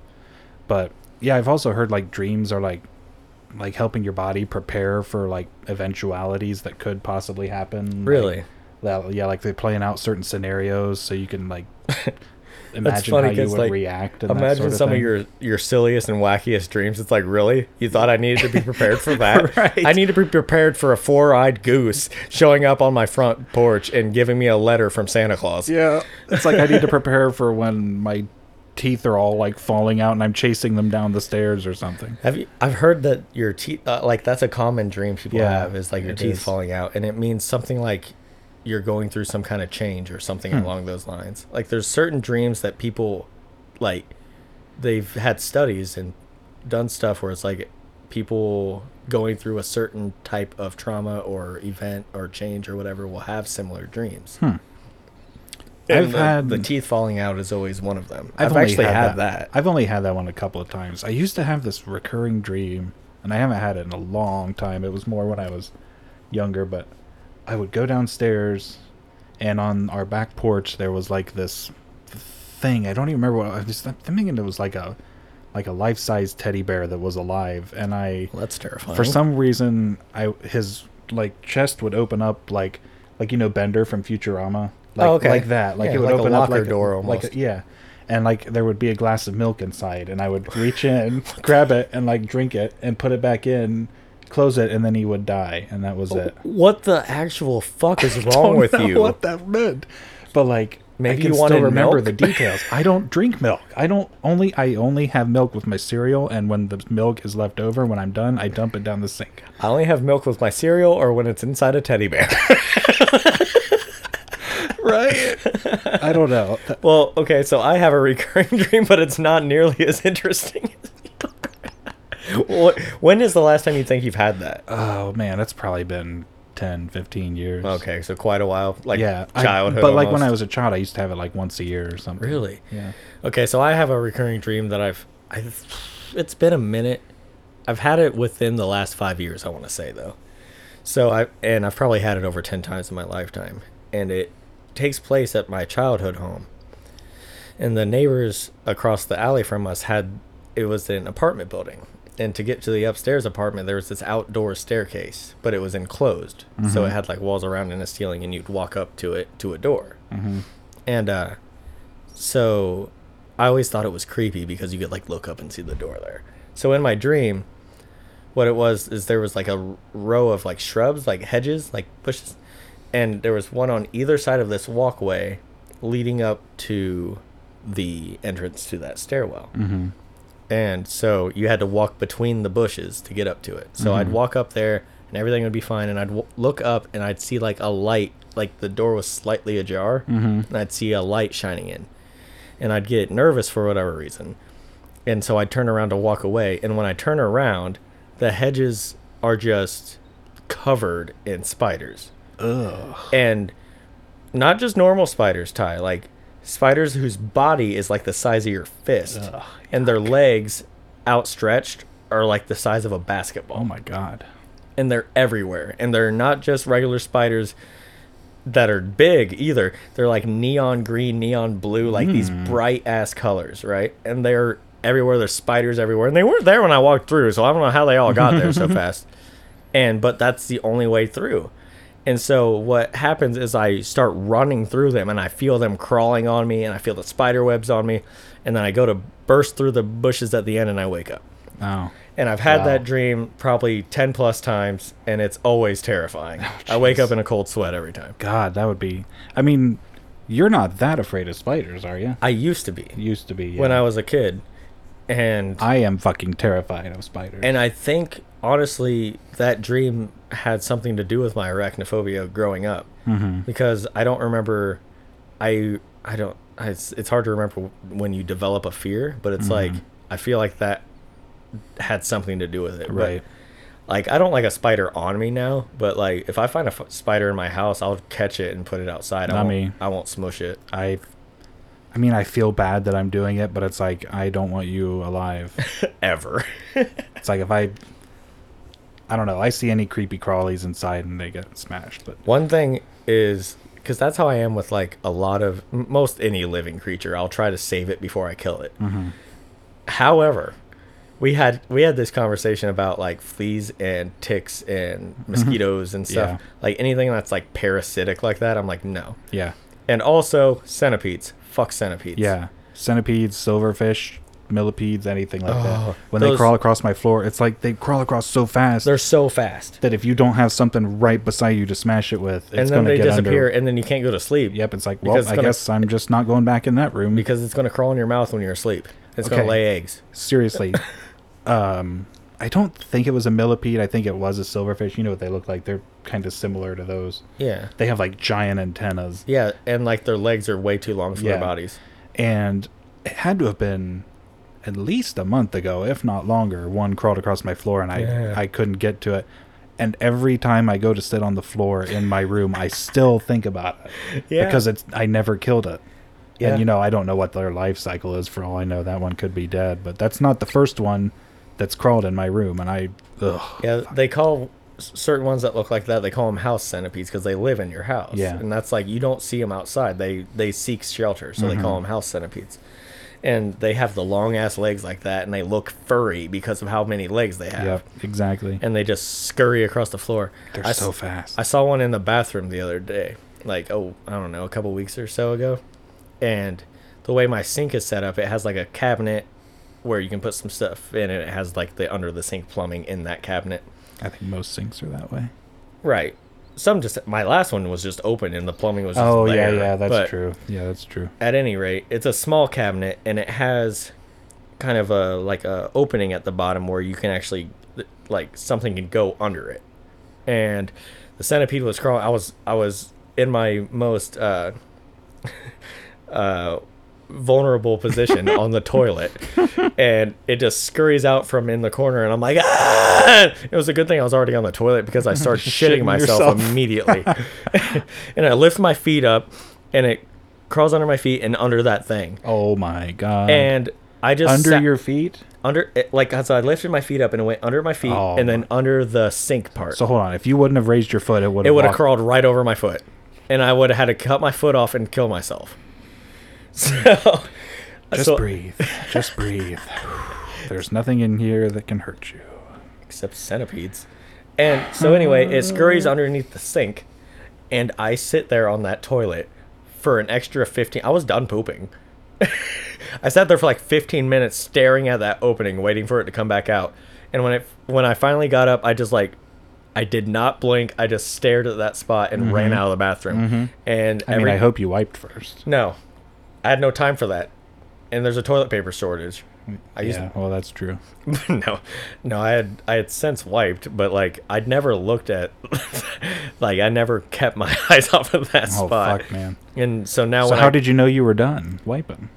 Speaker 1: But yeah, I've also heard like dreams are like like helping your body prepare for like eventualities that could possibly happen. like,
Speaker 2: Really?
Speaker 1: that yeah, like they're playing out certain scenarios so you can like imagine
Speaker 2: funny
Speaker 1: how you
Speaker 2: 'cause,
Speaker 1: would
Speaker 2: like,
Speaker 1: react. And that
Speaker 2: Imagine
Speaker 1: sort of
Speaker 2: some
Speaker 1: thing.
Speaker 2: of your your silliest and wackiest dreams. It's like, really? You thought I needed to be prepared for that?
Speaker 1: Right.
Speaker 2: I need to be prepared for a four-eyed goose showing up on my front porch and giving me a letter from Santa Claus.
Speaker 1: Yeah, it's like I need to prepare for when my teeth are all like falling out and I'm chasing them down the stairs or something.
Speaker 2: Have you, I've heard that your teeth, uh, like that's a common dream people
Speaker 1: Yeah,
Speaker 2: have, is like your
Speaker 1: it
Speaker 2: teeth
Speaker 1: is.
Speaker 2: falling out, and it means something like you're going through some kind of change or
Speaker 1: Hmm.
Speaker 2: something along those lines. Like there's certain dreams that people, like, they've had studies and done stuff where it's like people going through a certain type of trauma or event or change or whatever will have similar dreams. And
Speaker 1: Hmm. I've
Speaker 2: the,
Speaker 1: had-
Speaker 2: the teeth falling out is always one of them. I've,
Speaker 1: only
Speaker 2: actually had that.
Speaker 1: I've only had that one a couple of times. I used to have this recurring dream, and I haven't had it in a long time. It was more when I was younger, but I would go downstairs, and on our back porch there was like this thing. I don't even remember what I was I'm thinking. It was like a like a life size teddy bear that was alive, and I
Speaker 2: Well, that's terrifying.
Speaker 1: for some reason I his like chest would open up like like you know Bender from Futurama like
Speaker 2: Oh, okay.
Speaker 1: like that like
Speaker 2: Yeah,
Speaker 1: it would
Speaker 2: like a
Speaker 1: open up
Speaker 2: locker
Speaker 1: like a-
Speaker 2: door
Speaker 1: like a-
Speaker 2: almost.
Speaker 1: yeah and like there would be a glass of milk inside and I would reach in grab it and like drink it and put it back in close it and then he would die and that was it
Speaker 2: What the actual fuck is Oh, wrong
Speaker 1: Don't
Speaker 2: with
Speaker 1: know
Speaker 2: you?
Speaker 1: what that meant but like
Speaker 2: Maybe
Speaker 1: I can
Speaker 2: you
Speaker 1: still
Speaker 2: wanted
Speaker 1: remember
Speaker 2: milk?
Speaker 1: the details I don't drink milk I don't only I only have milk with my cereal and when the milk is left over when I'm done I dump it down the sink
Speaker 2: I only have milk with my cereal or when it's inside a teddy bear.
Speaker 1: right? I don't know.
Speaker 2: well, okay, so I have a recurring dream, but it's not nearly as interesting. as- Wh- when is the last time you think you've had that?
Speaker 1: Oh man, that's probably been 10, 15 years.
Speaker 2: Okay, so quite a while, like
Speaker 1: Yeah. I-
Speaker 2: childhood.
Speaker 1: but like when I
Speaker 2: almost.
Speaker 1: was a child, I used to have it like once a year or something.
Speaker 2: really,
Speaker 1: Yeah.
Speaker 2: Okay, so I have a recurring dream that I've, I've it's been a minute. I've had it within the last five years, I want to say though. So I and I've probably had it over ten times in my lifetime, and it takes place at my childhood home. And the neighbors across the alley from us had it was an apartment building, and to get to the upstairs apartment, there was this outdoor staircase, but it was enclosed, so it had like walls around and a ceiling, and you'd walk up to it to a door,
Speaker 1: Mm-hmm.
Speaker 2: and uh, so I always thought it was creepy because you could like look up and see the door there. So in my dream, what it was is there was like a r- row of like shrubs, like hedges, like bushes, and there was one on either side of this walkway leading up to the entrance to that stairwell. Mm-hmm. And so you had to walk between the bushes to get up to it. So I'd walk up there and everything would be fine. And I'd w- look up and I'd see like a light, like the door was slightly ajar, and I'd see a light shining in. And I'd get nervous for whatever reason. And so I'd turn around to walk away. And when I turn around, the hedges are just covered in spiders. Ugh. And not just normal spiders, Ty, like spiders whose body is like the size of your fist. and their legs outstretched are like the size of a basketball
Speaker 1: Oh my god.
Speaker 2: and they're everywhere. And they're not just regular spiders that are big either. They're like neon green, neon blue, like these bright ass colors, right? And they're everywhere. There's spiders everywhere. And they weren't there when I walked through, so I don't know how they all got there so fast. And but that's the only way through. And so what happens is I start running through them and I feel them crawling on me and I feel the spider webs on me and then I go to burst through the bushes at the end and I wake up
Speaker 1: Oh.
Speaker 2: And I've had
Speaker 1: Wow.
Speaker 2: that dream probably 10 plus times, and it's always terrifying. I wake
Speaker 1: jeez.
Speaker 2: up in a cold sweat every time.
Speaker 1: God, that would be. I mean, you're not that afraid of spiders, are you?
Speaker 2: I used to be
Speaker 1: Used to be. Yeah.
Speaker 2: when I was a kid. And
Speaker 1: I am fucking terrified of spiders.
Speaker 2: And I think honestly that dream had something to do with my arachnophobia growing up
Speaker 1: Mhm.
Speaker 2: because I don't remember I I don't I, it's it's hard to remember when you develop a fear, but it's like I feel like that had something to do with it. But,
Speaker 1: Right.
Speaker 2: like I don't like a spider on me now, but like if I find a f- spider in my house, I'll catch it and put it outside. I
Speaker 1: Not
Speaker 2: won't,
Speaker 1: me.
Speaker 2: I won't smush it.
Speaker 1: I. I mean, I feel bad that I'm doing it, but it's like I don't want you alive.
Speaker 2: Ever.
Speaker 1: It's like if I, I don't know. I see any creepy crawlies inside and they get smashed. But
Speaker 2: One thing is because that's how I am with like a lot of m- most any living creature. I'll try to save it before I kill it.
Speaker 1: Mm-hmm.
Speaker 2: However, we had we had this conversation about like fleas and ticks and mosquitoes and stuff.
Speaker 1: Mm-hmm. Yeah.
Speaker 2: Like anything that's like parasitic like that, I'm like no.
Speaker 1: yeah,
Speaker 2: And also centipedes. Fuck centipedes.
Speaker 1: yeah, centipedes, silverfish, millipedes, anything like
Speaker 2: Oh,
Speaker 1: that. When they
Speaker 2: those-
Speaker 1: crawl across my floor, it's like they crawl across so fast
Speaker 2: They're so fast.
Speaker 1: that if you don't have something right beside you to smash it with, it's
Speaker 2: and then
Speaker 1: gonna
Speaker 2: they
Speaker 1: get
Speaker 2: disappear
Speaker 1: under.
Speaker 2: and then you can't go to sleep.
Speaker 1: Yep, it's like well,
Speaker 2: Because it's
Speaker 1: I
Speaker 2: gonna-
Speaker 1: guess I'm just not going back in that room.
Speaker 2: Because it's gonna crawl in your mouth when you're asleep. It's
Speaker 1: Okay.
Speaker 2: gonna lay eggs.
Speaker 1: seriously, um, I don't think it was a millipede. I think it was a silverfish. You know what they look like? They're kind of similar to those.
Speaker 2: Yeah.
Speaker 1: They have like giant antennas.
Speaker 2: Yeah, and like their legs are way too long for
Speaker 1: Yeah.
Speaker 2: their bodies.
Speaker 1: and it had to have been at least a month ago, if not longer. One crawled across my floor, and I
Speaker 2: Yeah.
Speaker 1: I couldn't get to it. And every time I go to sit on the floor in my room, I still think about it
Speaker 2: Yeah.
Speaker 1: because it's I never killed it.
Speaker 2: Yeah.
Speaker 1: And you know, I don't know what their life cycle is. For all I know, that one could be dead. But that's not the first one that's crawled in my room, and I ugh,
Speaker 2: Yeah, they call s- certain ones that look like that. They call them house centipedes because they live in your house.
Speaker 1: Yeah.
Speaker 2: and that's like you don't see them outside. They they seek shelter, so
Speaker 1: Mm-hmm.
Speaker 2: they call them house centipedes. And they have the long ass legs like that, and they look furry because of how many legs they have.
Speaker 1: yep, exactly.
Speaker 2: And they just scurry across the floor.
Speaker 1: They're
Speaker 2: I s-
Speaker 1: so fast.
Speaker 2: I saw one in the bathroom the other day, like oh, I don't know, a couple weeks or so ago. And the way my sink is set up, it has like a cabinet where you can put some stuff in, and it has like the under the sink plumbing in that cabinet.
Speaker 1: I think most sinks are that way.
Speaker 2: Right. Some just my last one was just open and the plumbing was. Just
Speaker 1: Oh
Speaker 2: there.
Speaker 1: yeah, yeah, that's
Speaker 2: But
Speaker 1: true. Yeah, that's true.
Speaker 2: At any rate, it's a small cabinet and it has kind of a like a opening at the bottom where you can actually like something can go under it. And the centipede was crawling. I was I was in my most uh, uh, vulnerable position on the toilet, and it just scurries out from in the corner, and I'm like, ah! It was a good thing I was already on the toilet because I started shitting
Speaker 1: Shitting
Speaker 2: myself
Speaker 1: yourself.
Speaker 2: immediately, and I lift my feet up, and it crawls under my feet and under that thing,
Speaker 1: Oh my god.
Speaker 2: and I just
Speaker 1: under
Speaker 2: sat-
Speaker 1: your feet.
Speaker 2: under it, like so I lifted my feet up and it went under my feet
Speaker 1: Oh.
Speaker 2: and then under the sink part.
Speaker 1: So hold on. If you wouldn't have raised your foot, it would
Speaker 2: it
Speaker 1: have
Speaker 2: would have crawled right over my foot, and I would have had to cut my foot off and kill myself. So
Speaker 1: Just
Speaker 2: so-
Speaker 1: breathe. Just breathe. There's nothing in here that can hurt you.
Speaker 2: except centipedes. And so anyway, it scurries underneath the sink, and I sit there on that toilet for an extra fifteen. I was done pooping. I sat there for like fifteen minutes staring at that opening, waiting for it to come back out. And when it when I finally got up, I just like. I did not blink. I just stared at that spot and ran out of the bathroom. And
Speaker 1: Mm-hmm. I mean, I hope you wiped first.
Speaker 2: no, I had no time for that. And there's a toilet paper shortage. I used
Speaker 1: yeah. Well, that's true.
Speaker 2: no, no, I had I had since wiped, but like I'd never looked at, like I never kept my eyes off of that
Speaker 1: Oh
Speaker 2: spot.
Speaker 1: fuck, man.
Speaker 2: And so now
Speaker 1: So
Speaker 2: when
Speaker 1: how
Speaker 2: I,
Speaker 1: did you know you were done wiping?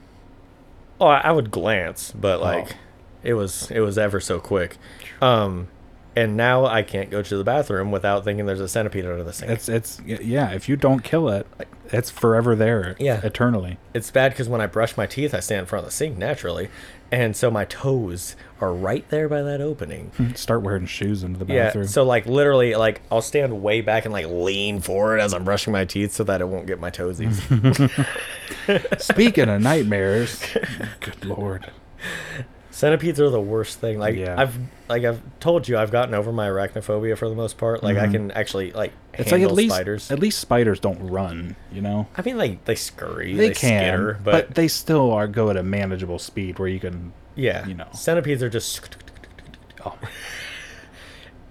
Speaker 2: oh I I would glance, but like
Speaker 1: Oh.
Speaker 2: it was it was ever so quick, um, and now I can't go to the bathroom without thinking there's a centipede under the sink. It's,
Speaker 1: It's it's yeah. If you don't kill it, it's forever there.
Speaker 2: Yeah.
Speaker 1: Eternally.
Speaker 2: it's bad because when I brush my teeth, I stand in front of the sink naturally, and so my toes are right there by that opening.
Speaker 1: Start wearing shoes into the
Speaker 2: Yeah.
Speaker 1: bathroom.
Speaker 2: So like literally, like I'll stand way back and like lean forward as I'm brushing my teeth so that it won't get my toesies.
Speaker 1: Speaking of nightmares, good lord.
Speaker 2: Centipedes are the worst thing. Like
Speaker 1: Yeah.
Speaker 2: I've like I've told you, I've gotten over my arachnophobia for the most part. Like I can actually like
Speaker 1: Mm-hmm. It's like at
Speaker 2: handle
Speaker 1: least
Speaker 2: spiders.
Speaker 1: at least spiders don't run. You know.
Speaker 2: I mean, like they scurry,
Speaker 1: They,
Speaker 2: they,
Speaker 1: can,
Speaker 2: skitter,
Speaker 1: but,
Speaker 2: but,
Speaker 1: they still are go at a manageable speed where you can.
Speaker 2: yeah,
Speaker 1: you know.
Speaker 2: centipedes are just
Speaker 1: Oh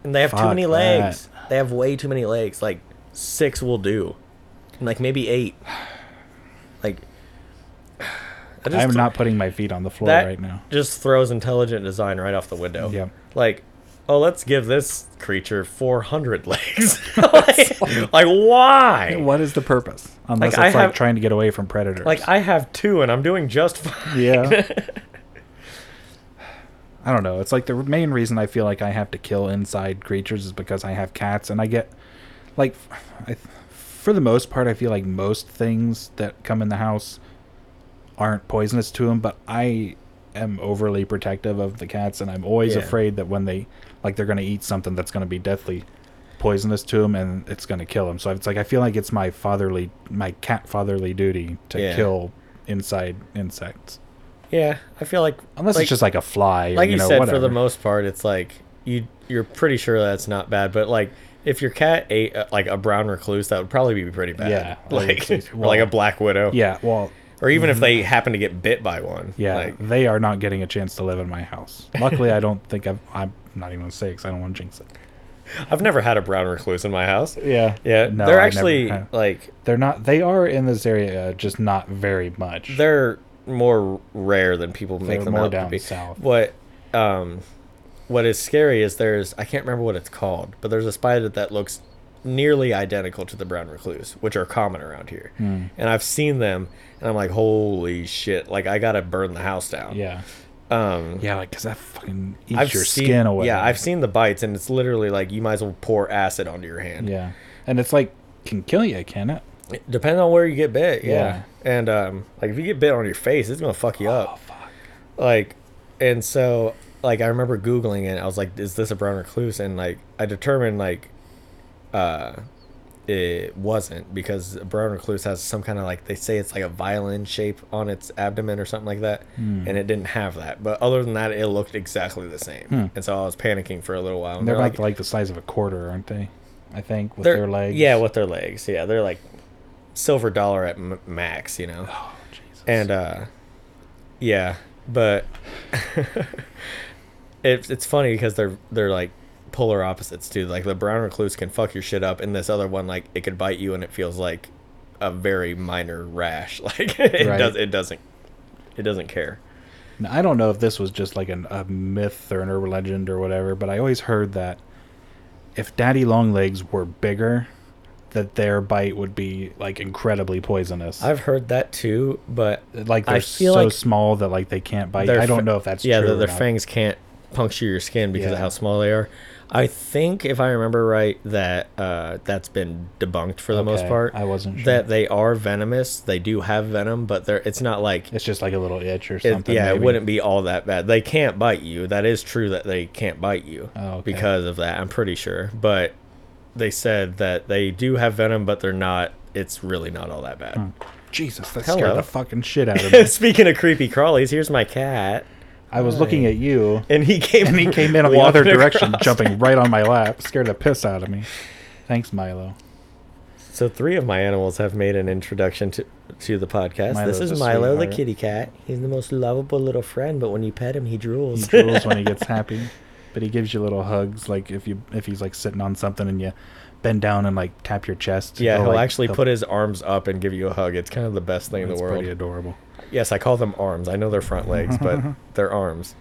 Speaker 2: And they have too
Speaker 1: Fuck
Speaker 2: many
Speaker 1: that.
Speaker 2: legs. They have way too many legs. Like six will do. And, like maybe eight. Like I just-
Speaker 1: I'm not putting my feet on the floor
Speaker 2: that
Speaker 1: right now.
Speaker 2: just throws intelligent design right off the window.
Speaker 1: Yep.
Speaker 2: Like, oh, let's give this creature 400 legs. like, like, why?
Speaker 1: What is the purpose? Unless
Speaker 2: I
Speaker 1: it's
Speaker 2: have-
Speaker 1: like trying to get away from predators.
Speaker 2: Like, I have two and I'm doing just fine.
Speaker 1: yeah. I don't know. It's like the main reason I feel like I have to kill inside creatures is because I have cats, and I get like, I, for the most part, I feel like most things that come in the house aren't poisonous to them, but I am overly protective of the cats, and I'm always
Speaker 2: Yeah.
Speaker 1: afraid that when they like they're gonna eat something that's gonna be deathly poisonous to them, and it's gonna kill them. So it's like I feel like it's my fatherly, my cat fatherly duty to
Speaker 2: Yeah.
Speaker 1: kill inside insects.
Speaker 2: Yeah, I feel like.
Speaker 1: Unless
Speaker 2: like,
Speaker 1: it's just like a fly, or,
Speaker 2: Like you,
Speaker 1: you know,
Speaker 2: said,
Speaker 1: whatever.
Speaker 2: for the most part, it's like you, you're pretty sure that's not bad, but like. If your cat ate uh, like a brown recluse, that would probably be pretty bad.
Speaker 1: Yeah, I would
Speaker 2: like
Speaker 1: say-
Speaker 2: or like a
Speaker 1: well-
Speaker 2: black widow.
Speaker 1: yeah, well,
Speaker 2: or even if they happen to get bit by one.
Speaker 1: yeah,
Speaker 2: like,
Speaker 1: they are not getting a chance to live in my house. Luckily, I don't think I've, I'm not even gonna say because I don't want to jinx it.
Speaker 2: I've never had a brown recluse in my house.
Speaker 1: Yeah,
Speaker 2: Yeah,
Speaker 1: No,
Speaker 2: they're
Speaker 1: I never
Speaker 2: actually
Speaker 1: have.
Speaker 2: like
Speaker 1: They're not. They are in this area, uh, just not very much.
Speaker 2: they're more rare than people make
Speaker 1: They're
Speaker 2: them
Speaker 1: more
Speaker 2: out to
Speaker 1: down
Speaker 2: be.
Speaker 1: south.
Speaker 2: What um, what is scary is there's I can't remember what it's called, but there's a spider that looks nearly identical to the brown recluse, which are common around here.
Speaker 1: Hmm.
Speaker 2: And I've seen them, and I'm like, holy shit! Like I gotta burn the house down.
Speaker 1: yeah,
Speaker 2: Um,
Speaker 1: yeah, like because that fucking eats
Speaker 2: I've
Speaker 1: your
Speaker 2: seen,
Speaker 1: skin away.
Speaker 2: Yeah, I've seen the bites, and it's literally like you might as well pour acid onto your hand.
Speaker 1: Yeah, and it's like can kill you, can it?
Speaker 2: Depending on where you get bit,
Speaker 1: Yeah.
Speaker 2: yeah. And um, like if you get bit on your face, it's gonna fuck you
Speaker 1: Oh
Speaker 2: up.
Speaker 1: fuck.
Speaker 2: Like, and so like I remember googling it. I was like, "Is this a brown recluse?" And like I determined like, uh, it wasn't because a brown recluse has some kind of like they say it's like a violin shape on its abdomen or something like that,
Speaker 1: Hmm.
Speaker 2: and it didn't have that. But other than that, it looked exactly the same. And so I was panicking for a little while. And
Speaker 1: Hmm. They're like, like the size of a quarter, aren't they? I think with
Speaker 2: they're-
Speaker 1: their legs.
Speaker 2: Yeah, with their legs. Yeah, they're like silver dollar at m- max. You know.
Speaker 1: Oh, Jesus.
Speaker 2: and uh yeah but it's it's funny because they're they're like polar opposites too like the brown recluse can fuck your shit up and this other one like it could bite you and it feels like a very minor rash like it
Speaker 1: Right.
Speaker 2: does it doesn't it doesn't care
Speaker 1: Now, I don't know if this was just like an, a myth or an urban legend or whatever, but I always heard that if daddy long legs were bigger, that their bite would be like incredibly poisonous.
Speaker 2: i've heard that too but
Speaker 1: like they're
Speaker 2: I feel
Speaker 1: so
Speaker 2: like
Speaker 1: small that like they can't bite.
Speaker 2: their
Speaker 1: I don't
Speaker 2: fa-
Speaker 1: know if that's
Speaker 2: yeah
Speaker 1: true.
Speaker 2: their,
Speaker 1: or
Speaker 2: their
Speaker 1: not.
Speaker 2: fangs can't puncture your skin because of
Speaker 1: Yeah.
Speaker 2: how small they are i think if i remember right that uh that's been debunked for the most
Speaker 1: Okay,
Speaker 2: part
Speaker 1: I wasn't sure.
Speaker 2: that they are venomous they do have venom but they're it's not like
Speaker 1: It's just like a little itch or
Speaker 2: it,
Speaker 1: something.
Speaker 2: yeah it
Speaker 1: maybe.
Speaker 2: wouldn't be all that bad they can't bite you that is true that they can't bite you
Speaker 1: Oh, okay.
Speaker 2: because of that i'm pretty sure but they said that they do have venom but they're not it's really not all that bad
Speaker 1: Hmm. Jesus, that
Speaker 2: Hello.
Speaker 1: scared the fucking shit out of me.
Speaker 2: speaking of creepy crawlies here's my cat
Speaker 1: I was looking at you,
Speaker 2: and he came
Speaker 1: and he came in on the other
Speaker 2: walking
Speaker 1: direction,
Speaker 2: across.
Speaker 1: jumping right on my lap, scared the piss out of me. Thanks, Milo.
Speaker 2: So three of my animals have made an introduction to to the podcast.
Speaker 1: Milo's
Speaker 2: this
Speaker 1: a
Speaker 2: is Milo the
Speaker 1: sweetheart.
Speaker 2: kitty cat. He's the most lovable little friend, but when you pet him, he drools.
Speaker 1: He drools when he gets happy, but he gives you little hugs. Like if you if he's like sitting on something and you bend down and like tap your chest.
Speaker 2: yeah, he'll
Speaker 1: like,
Speaker 2: actually
Speaker 1: he'll-
Speaker 2: put his arms up and give you a hug. It's kind of the best thing in the
Speaker 1: it's
Speaker 2: world.
Speaker 1: Pretty adorable.
Speaker 2: Yes, I call them arms. I know they're front legs, but they're arms.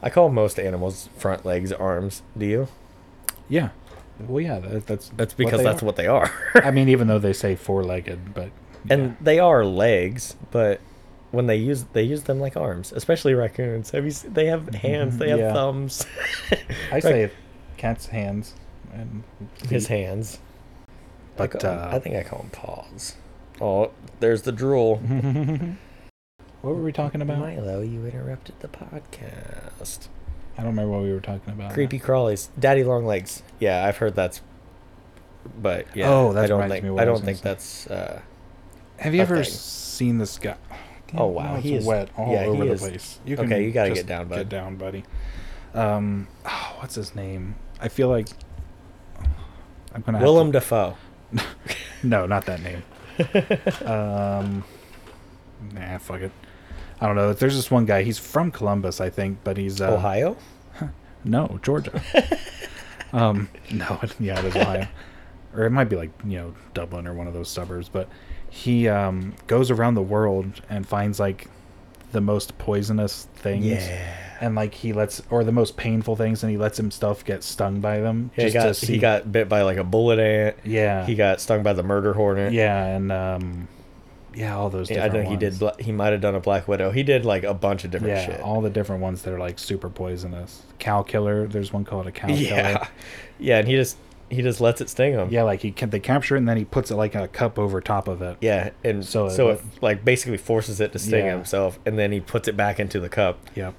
Speaker 2: I call most animals front legs arms. Do you?
Speaker 1: Yeah. Well, yeah. That, that's
Speaker 2: That's because
Speaker 1: they
Speaker 2: that's
Speaker 1: are.
Speaker 2: what they are.
Speaker 1: I mean, even though they say four-legged, but
Speaker 2: and they are legs, but when they use they use them like arms, especially raccoons. Have you? se- They have hands. They have
Speaker 1: Mm-hmm. Yeah.
Speaker 2: thumbs.
Speaker 1: I say cat's hands and
Speaker 2: his
Speaker 1: feet.
Speaker 2: hands. I,
Speaker 1: But
Speaker 2: call 'em-
Speaker 1: uh,
Speaker 2: I think I call him paws. Oh, there's the drool.
Speaker 1: uh, what were we talking about?
Speaker 2: Milo, you interrupted the podcast.
Speaker 1: I don't remember what we were talking about.
Speaker 2: Creepy crawlies, daddy long legs. Yeah, I've heard that's. But yeah,
Speaker 1: Oh, that
Speaker 2: I don't
Speaker 1: reminds
Speaker 2: think
Speaker 1: me what
Speaker 2: I
Speaker 1: I
Speaker 2: don't
Speaker 1: was gonna
Speaker 2: think
Speaker 1: say.
Speaker 2: that's. Uh,
Speaker 1: Have you
Speaker 2: a
Speaker 1: ever
Speaker 2: thing.
Speaker 1: seen this guy? Damn,
Speaker 2: Oh,
Speaker 1: now
Speaker 2: wow,
Speaker 1: it's
Speaker 2: he is-
Speaker 1: wet all
Speaker 2: yeah, he
Speaker 1: over the
Speaker 2: is-
Speaker 1: place.
Speaker 2: okay, you gotta get
Speaker 1: just
Speaker 2: down, bud.
Speaker 1: Get down, buddy. Um, oh, what's his name? I feel like I'm gonna have
Speaker 2: Willem
Speaker 1: To,
Speaker 2: Dafoe.
Speaker 1: no, not that name. um, nah, fuck it. I don't know. There's this one guy. He's from Columbus, I think, but he's uh,
Speaker 2: Ohio.
Speaker 1: No, Georgia. Um, no, yeah, it is Ohio, or it might be like you know Dublin or one of those suburbs. But he um, goes around the world and finds like the most poisonous things,
Speaker 2: Yeah.
Speaker 1: and like he lets or the most painful things, and he lets himself get stung by them.
Speaker 2: He
Speaker 1: just to
Speaker 2: got he
Speaker 1: see-
Speaker 2: got bit by like a bullet ant.
Speaker 1: yeah,
Speaker 2: He got stung by the murder hornet.
Speaker 1: yeah, and um, yeah, all those.
Speaker 2: Yeah, I
Speaker 1: Different
Speaker 2: think he did.
Speaker 1: ones.
Speaker 2: Bla- He might have done a Black Widow. He did like a bunch of different
Speaker 1: Yeah,
Speaker 2: shit.
Speaker 1: all the different ones that are like super poisonous. Cow killer. There's one called a cow killer.
Speaker 2: yeah, yeah, and he just he just lets it sting him.
Speaker 1: Yeah, like he can they capture it and then he puts it like in a cup over top of it.
Speaker 2: yeah, and
Speaker 1: So
Speaker 2: so
Speaker 1: it-
Speaker 2: so it like basically forces it to sting
Speaker 1: Yeah.
Speaker 2: himself, and then he puts it back into the cup.
Speaker 1: Yep.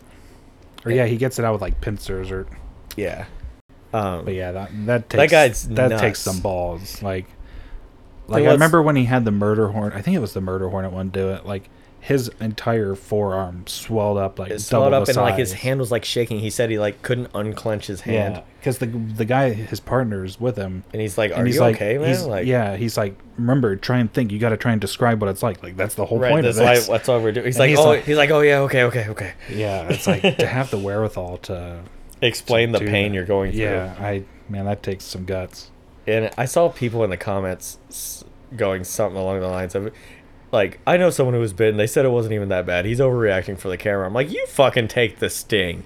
Speaker 1: Or yeah, he gets it out with like pincers or
Speaker 2: Yeah, um,
Speaker 1: but yeah, that that takes
Speaker 2: guy's
Speaker 1: that
Speaker 2: nuts.
Speaker 1: takes some balls. Like like I
Speaker 2: let's-
Speaker 1: remember when he had the murder hornet I think it was the murder hornet one do it, like his entire forearm swelled up like
Speaker 2: it swelled
Speaker 1: double
Speaker 2: up,
Speaker 1: the
Speaker 2: and like his
Speaker 1: size.
Speaker 2: hand was like shaking. He said he like couldn't unclench his hand,
Speaker 1: Yeah, because the the guy, his partner's with him,
Speaker 2: and he's like, "Are
Speaker 1: and he's
Speaker 2: you
Speaker 1: like,
Speaker 2: okay,
Speaker 1: he's-
Speaker 2: man?" Like,
Speaker 1: yeah, he's like, remember, try and think. You got to try and describe what it's like. Like that's the whole
Speaker 2: right.
Speaker 1: point
Speaker 2: That's
Speaker 1: of
Speaker 2: why.
Speaker 1: this.
Speaker 2: That's why we're doing. He's
Speaker 1: And
Speaker 2: like,
Speaker 1: he's
Speaker 2: "Oh,
Speaker 1: like-
Speaker 2: he's like, oh yeah, okay, okay, okay."
Speaker 1: yeah, it's like to have the wherewithal to.
Speaker 2: Explain the
Speaker 1: do
Speaker 2: pain
Speaker 1: that.
Speaker 2: you're going through.
Speaker 1: Yeah, I man, that takes some guts.
Speaker 2: And I saw people in the comments s- going something along the lines of, like, I know someone who was bitten. They said it wasn't even that bad. He's overreacting for the camera. I'm like, you fucking take the sting.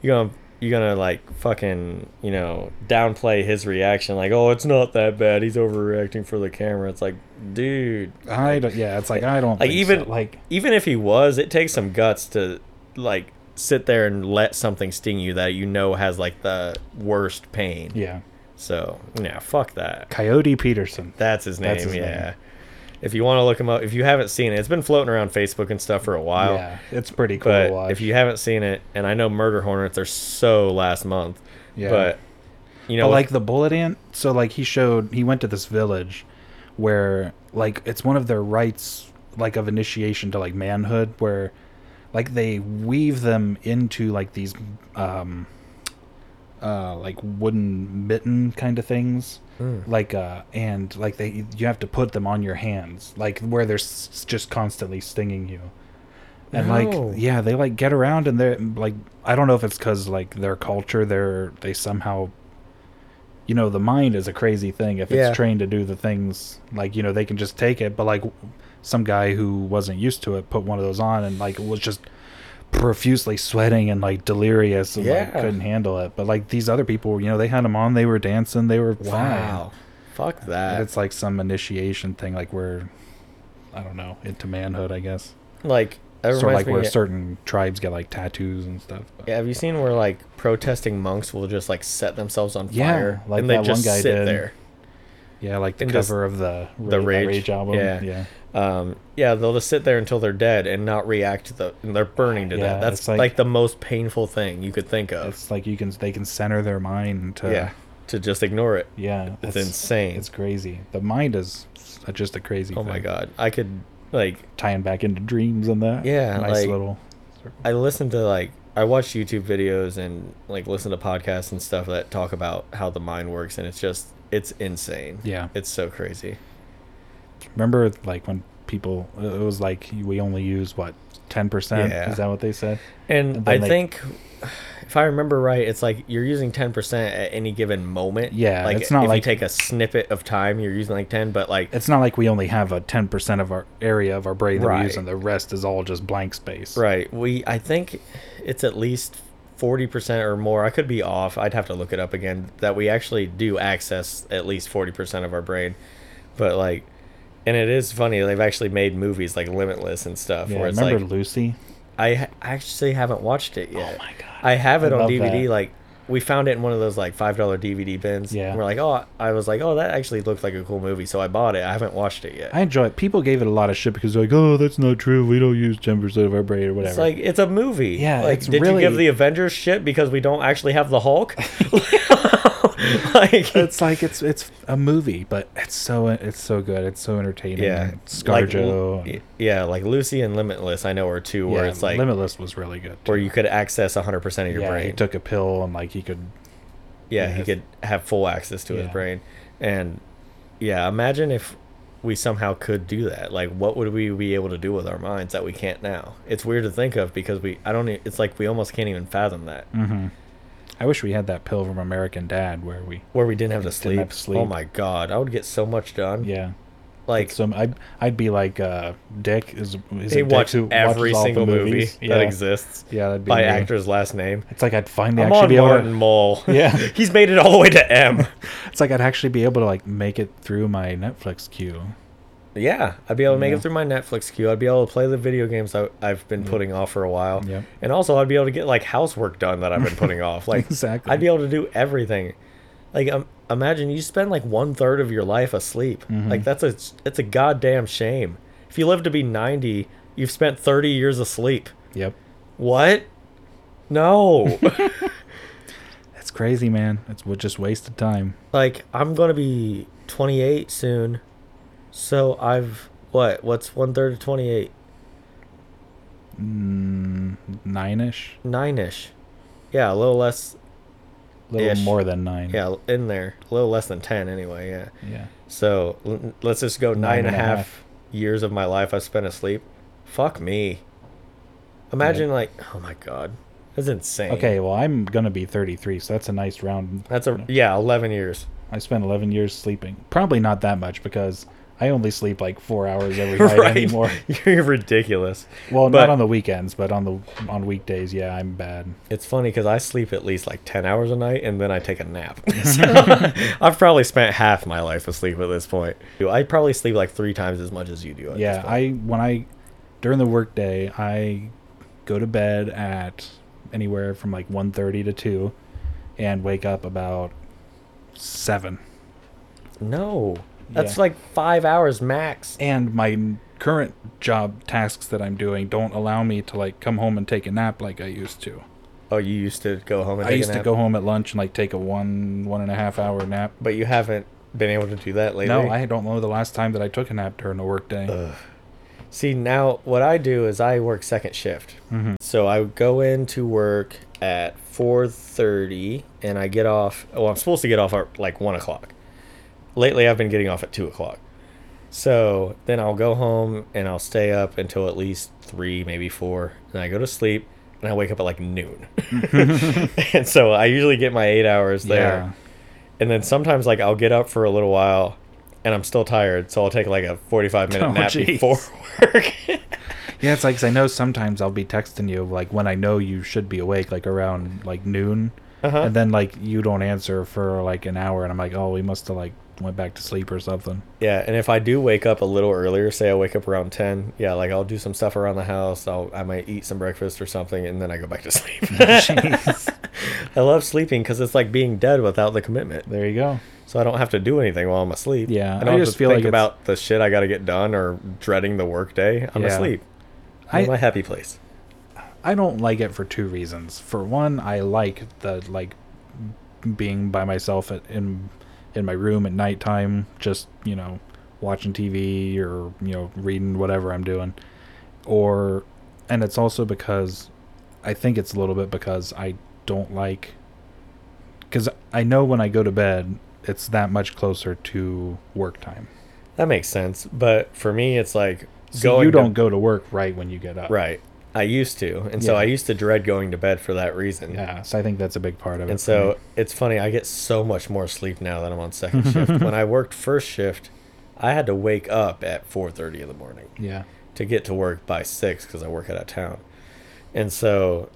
Speaker 2: You're gonna, you're gonna like fucking, you know, downplay his reaction. Like, oh, it's not that bad. He's overreacting for the camera. It's like, dude,
Speaker 1: I don't. Yeah, it's like I don't.
Speaker 2: like
Speaker 1: think
Speaker 2: even
Speaker 1: so.
Speaker 2: like
Speaker 1: like
Speaker 2: even if he was, it takes some guts to like sit there and let something sting you that you know has like the worst pain.
Speaker 1: yeah,
Speaker 2: So yeah, fuck that.
Speaker 1: Coyote Peterson.
Speaker 2: That's his name.
Speaker 1: That's his
Speaker 2: yeah.
Speaker 1: name.
Speaker 2: If you want to look him up, if you haven't seen it, it's been floating around Facebook and stuff for a while.
Speaker 1: yeah, it's pretty cool
Speaker 2: but
Speaker 1: to watch.
Speaker 2: if you haven't seen it, and I know Murder Hornets are so last month.
Speaker 1: Yeah.
Speaker 2: But you know,
Speaker 1: but like the bullet ant so like he showed he went to this village where like it's one of their rites like of initiation to like manhood where like they weave them into like these um uh like wooden mitten kind of things like uh and like they you have to put them on your hands like where they're s- just constantly stinging you and
Speaker 2: No.
Speaker 1: like yeah they like get around and they're like i don't know if it's because like their culture they're they somehow you know the mind is a crazy thing if
Speaker 2: Yeah.
Speaker 1: it's trained to do the things like you know they can just take it but like some guy who wasn't used to it put one of those on and like was just profusely sweating and like delirious and like
Speaker 2: Yeah.
Speaker 1: couldn't handle it but like these other people you know they had them on they were dancing they were
Speaker 2: wow,
Speaker 1: wow
Speaker 2: fuck that.
Speaker 1: fine. it's like some initiation thing like we're i don't know into manhood i guess
Speaker 2: like that
Speaker 1: sort of
Speaker 2: reminds
Speaker 1: like
Speaker 2: me-
Speaker 1: where certain tribes get like tattoos and stuff.
Speaker 2: Yeah, have you seen where like protesting monks will just like set themselves on
Speaker 1: Yeah,
Speaker 2: fire
Speaker 1: like
Speaker 2: and they
Speaker 1: that one
Speaker 2: just
Speaker 1: guy
Speaker 2: sit
Speaker 1: did.
Speaker 2: there?
Speaker 1: Yeah, like the
Speaker 2: And just
Speaker 1: cover of the Ra-
Speaker 2: the
Speaker 1: that
Speaker 2: Rage,
Speaker 1: rage album.
Speaker 2: yeah.
Speaker 1: yeah,
Speaker 2: Um, yeah, they'll just sit there until they're dead and not react to the. And they're burning to
Speaker 1: Yeah,
Speaker 2: death. That's
Speaker 1: it's
Speaker 2: like,
Speaker 1: like-
Speaker 2: the most painful thing you could think of.
Speaker 1: it's like you can they can center their mind to
Speaker 2: yeah, to just ignore it.
Speaker 1: yeah.
Speaker 2: It's insane.
Speaker 1: It's crazy. The mind is s- just a crazy.
Speaker 2: oh my
Speaker 1: thing.
Speaker 2: god, I could like
Speaker 1: Tying back into dreams and that.
Speaker 2: Yeah,
Speaker 1: nice
Speaker 2: like-
Speaker 1: little.
Speaker 2: I listened to like I watch YouTube videos and like listen to podcasts and stuff that talk about how the mind works, and it's just it's insane.
Speaker 1: Yeah.
Speaker 2: it's so crazy.
Speaker 1: Remember, like when people, it was like we only use what ten percent.
Speaker 2: Yeah.
Speaker 1: Is that what they said?
Speaker 2: And
Speaker 1: And
Speaker 2: I
Speaker 1: then they-
Speaker 2: think, if I remember right, it's like you're using ten percent at any given moment.
Speaker 1: Yeah,
Speaker 2: like
Speaker 1: it's not
Speaker 2: if
Speaker 1: like-
Speaker 2: you take a snippet of time, you're using like ten, but like
Speaker 1: It's not like we only have a ten percent of our area of our brain that
Speaker 2: Right.
Speaker 1: we use, and the rest is all just blank space.
Speaker 2: right, we I think it's at least forty percent or more. I could be off. I'd have to look it up again. That we actually do access at least forty percent of our brain, but like, and it is funny. They've actually made movies like Limitless and stuff
Speaker 1: Yeah.
Speaker 2: where it's
Speaker 1: Remember
Speaker 2: like Oh
Speaker 1: Lucy?
Speaker 2: I ha- actually haven't watched it yet.
Speaker 1: my God.
Speaker 2: I have it
Speaker 1: I
Speaker 2: on
Speaker 1: love
Speaker 2: DVD.
Speaker 1: that.
Speaker 2: Like we found it in one of those like five dollar DVD bins.
Speaker 1: Yeah.
Speaker 2: And we're like, oh, I was like, oh, that actually looked like a cool movie, so I bought it. I haven't watched it yet.
Speaker 1: I enjoy it. People gave it a lot of shit because they're like, oh, that's not true. We don't use ten percent of our brain or whatever.
Speaker 2: it's like it's a movie.
Speaker 1: Yeah,
Speaker 2: Like,
Speaker 1: it's
Speaker 2: did
Speaker 1: really-
Speaker 2: you give the Avengers shit because we don't actually have the Hulk? like
Speaker 1: it's like it's it's a movie, but it's so it's so good. It's so entertaining.
Speaker 2: yeah, like,
Speaker 1: ScarJo.
Speaker 2: Lu-
Speaker 1: and-
Speaker 2: yeah, like Lucy and Limitless. I know are two where
Speaker 1: yeah,
Speaker 2: it's like
Speaker 1: Limitless was really good.
Speaker 2: where
Speaker 1: too.
Speaker 2: you could access 100 percent of your
Speaker 1: yeah,
Speaker 2: brain.
Speaker 1: he took a pill and like he could.
Speaker 2: yeah,
Speaker 1: Yeah,
Speaker 2: he
Speaker 1: it's-
Speaker 2: could have full access to his
Speaker 1: Yeah.
Speaker 2: brain. And yeah, imagine if we somehow could do that. Like what would we be able to do with our minds that we can't now? It's weird to think of because we I don't e- it's like we almost can't even fathom that.
Speaker 1: Mm-hmm. I wish we had that pill from American Dad where we
Speaker 2: where we didn't have to
Speaker 1: Didn't
Speaker 2: sleep.
Speaker 1: have to sleep.
Speaker 2: Oh my god, I would get so much done.
Speaker 1: yeah.
Speaker 2: like
Speaker 1: So I'd I'd be like uh, Dick is, is
Speaker 2: they
Speaker 1: it Dick
Speaker 2: watch
Speaker 1: who
Speaker 2: every
Speaker 1: watches all the
Speaker 2: single movie
Speaker 1: movies?
Speaker 2: that
Speaker 1: Yeah.
Speaker 2: exists
Speaker 1: Yeah, that'd be
Speaker 2: by
Speaker 1: me.
Speaker 2: actor's last name.
Speaker 1: It's like I'd finally
Speaker 2: I'm
Speaker 1: actually
Speaker 2: on
Speaker 1: be able.
Speaker 2: Martin
Speaker 1: To,
Speaker 2: Mull.
Speaker 1: Yeah.
Speaker 2: he's made it all the way to M.
Speaker 1: it's like I'd actually be able to like make it through my Netflix queue.
Speaker 2: yeah, I'd be able to
Speaker 1: Yeah.
Speaker 2: make
Speaker 1: Mm-hmm.
Speaker 2: it through my Netflix queue. I'd be able to play the video games I, I've been putting off for a while.
Speaker 1: Yep.
Speaker 2: and also I'd be able to get like housework done that I've been putting off. Like
Speaker 1: Exactly.
Speaker 2: I'd be able to do everything. Like um, imagine you spend like one third of your life asleep.
Speaker 1: Mm-hmm.
Speaker 2: Like that's a it's a goddamn shame. If you live to be ninety, you've spent thirty years asleep.
Speaker 1: Yep.
Speaker 2: What? No.
Speaker 1: That's crazy, man. It's w- just wasted time.
Speaker 2: like I'm gonna be 28 soon, so I've what? What's one third of 28?
Speaker 1: Mm, Nine ish,
Speaker 2: Nine ish. Yeah, a little less.
Speaker 1: a little
Speaker 2: Ish.
Speaker 1: more than nine.
Speaker 2: Yeah, in there, a little less than ten anyway. Yeah.
Speaker 1: Yeah.
Speaker 2: So l- let's just go nine and a half
Speaker 1: half.
Speaker 2: years of my life I spent asleep. Fuck me. Imagine like, oh my god, that's insane.
Speaker 1: Okay. Well, I'm gonna be 33, so that's a nice round.
Speaker 2: that's a yeah, eleven years.
Speaker 1: I spent 11 years sleeping. Probably not that much because I only sleep like four hours every night anymore.
Speaker 2: You're ridiculous.
Speaker 1: Well,
Speaker 2: But-
Speaker 1: not on the weekends, but on the on weekdays, yeah, I'm bad.
Speaker 2: It's funny because I sleep at least like 10 hours a night and then I take a nap. So, I've probably spent half my life asleep at this point. I probably sleep like three times as much as you do. At
Speaker 1: Yeah, I when I during the workday, I go to bed at anywhere from like 1:30 to 2 and wake up about 7.
Speaker 2: I. No. That's
Speaker 1: Yeah.
Speaker 2: like five hours max.
Speaker 1: And my current job tasks that I'm doing don't allow me to like come home and take a nap like I used to.
Speaker 2: Oh, you used to go home and
Speaker 1: I
Speaker 2: take a
Speaker 1: used to
Speaker 2: nap?
Speaker 1: go home at lunch and like take a one one and a half hour nap.
Speaker 2: But you haven't been able to do that lately?
Speaker 1: No, I don't know the last time that I took a nap during a workday.
Speaker 2: See, now what I do is I work second shift. Mm-hmm. So I go into work at 4.30 and I get off. Oh, I'm supposed to get off at like 1 o'clock. Lately, I've been getting off at 2 o'clock. So then I'll go home and I'll stay up until at least 3, maybe 4. And I go to sleep and I wake up at like noon. and so I usually get my eight hours there
Speaker 1: yeah.
Speaker 2: and then sometimes like I'll get up for a little while and I'm still tired, so I'll take like a 45 minute
Speaker 1: Oh,
Speaker 2: nap
Speaker 1: jeez.
Speaker 2: before work.
Speaker 1: Yeah, it's like 'cause I know sometimes I'll be texting you like when I know you should be awake, like around like noon,
Speaker 2: Uh-huh.
Speaker 1: and then like you don't answer for like an hour, and I'm like, oh, we must have like went back to sleep or something.
Speaker 2: yeah, and if I do wake up a little earlier, say I wake up around 10, yeah, like I'll do some stuff around the house, I'll I might eat some breakfast or something and then I go back to sleep.
Speaker 1: Jeez.
Speaker 2: I love sleeping cuz it's like being dead without the commitment.
Speaker 1: There you go.
Speaker 2: So I don't have to do anything while I'm asleep.
Speaker 1: Yeah,
Speaker 2: I don't
Speaker 1: I
Speaker 2: have
Speaker 1: just
Speaker 2: to
Speaker 1: feel like
Speaker 2: think
Speaker 1: it's-
Speaker 2: about the shit I got to get done or dreading the workday. I'm
Speaker 1: Yeah.
Speaker 2: asleep.
Speaker 1: I-
Speaker 2: I'm in my happy place.
Speaker 1: I don't like it for two reasons. For one, I like the like being by myself at, in in my room at nighttime, just you know, watching TV or you know, reading whatever I'm doing. Or, and it's also because I think it's a little bit because I don't like because I know when I go to bed, it's that much closer to work time.
Speaker 2: That makes sense, but for me it's like
Speaker 1: So you
Speaker 2: to-
Speaker 1: don't go to work right when you get up.
Speaker 2: Right. I used to. And so
Speaker 1: Yeah.
Speaker 2: I used to dread going to bed for that reason.
Speaker 1: Yeah. So I think that's a big part of it.
Speaker 2: And
Speaker 1: for
Speaker 2: so
Speaker 1: me.
Speaker 2: it's funny, I get so much more sleep now that I'm on second shift. When I worked first shift, I had to wake up at 4:30 in the morning
Speaker 1: yeah.
Speaker 2: to get to work by 6 cuz I work out of town. And so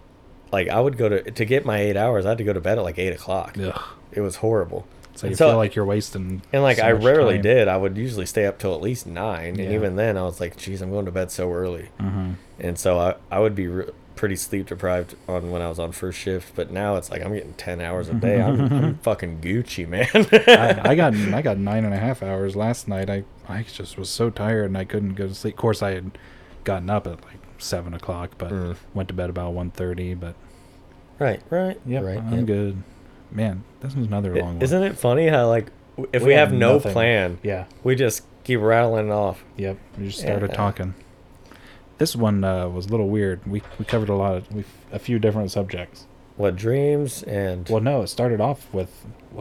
Speaker 2: like I would go to to get my 8 hours, I had to go to bed at like 8 o'clock.
Speaker 1: Ugh.
Speaker 2: It was horrible.
Speaker 1: So
Speaker 2: And
Speaker 1: you feel like you're wasting.
Speaker 2: and like
Speaker 1: so
Speaker 2: I
Speaker 1: much
Speaker 2: rarely
Speaker 1: time.
Speaker 2: did. I would usually stay up till at least nine, and
Speaker 1: Yeah.
Speaker 2: even then, I was like, "Geez, I'm going to bed so early."
Speaker 1: Uh-huh.
Speaker 2: And so I I would be re- pretty sleep deprived on when I was on first shift, but now it's like I'm getting ten hours a day. I'm, I'm fucking Gucci, man.
Speaker 1: I, I got I got nine and a half hours last night. I I just was so tired and I couldn't go to sleep. Of course, I had gotten up at like seven o'clock, but
Speaker 2: Mm.
Speaker 1: went to bed about one thirty. But
Speaker 2: right, right,
Speaker 1: yeah,
Speaker 2: right.
Speaker 1: I'm
Speaker 2: yep.
Speaker 1: good. Man, this was another long one.
Speaker 2: Isn't it funny how like w- if we,
Speaker 1: had
Speaker 2: have no
Speaker 1: nothing.
Speaker 2: plan,
Speaker 1: Yeah.
Speaker 2: we just keep rattling off.
Speaker 1: Yep. We just started
Speaker 2: Yeah.
Speaker 1: talking. This one uh, was a little weird. We we covered a lot of we a few different subjects.
Speaker 2: What dreams and
Speaker 1: Well, no, it started off with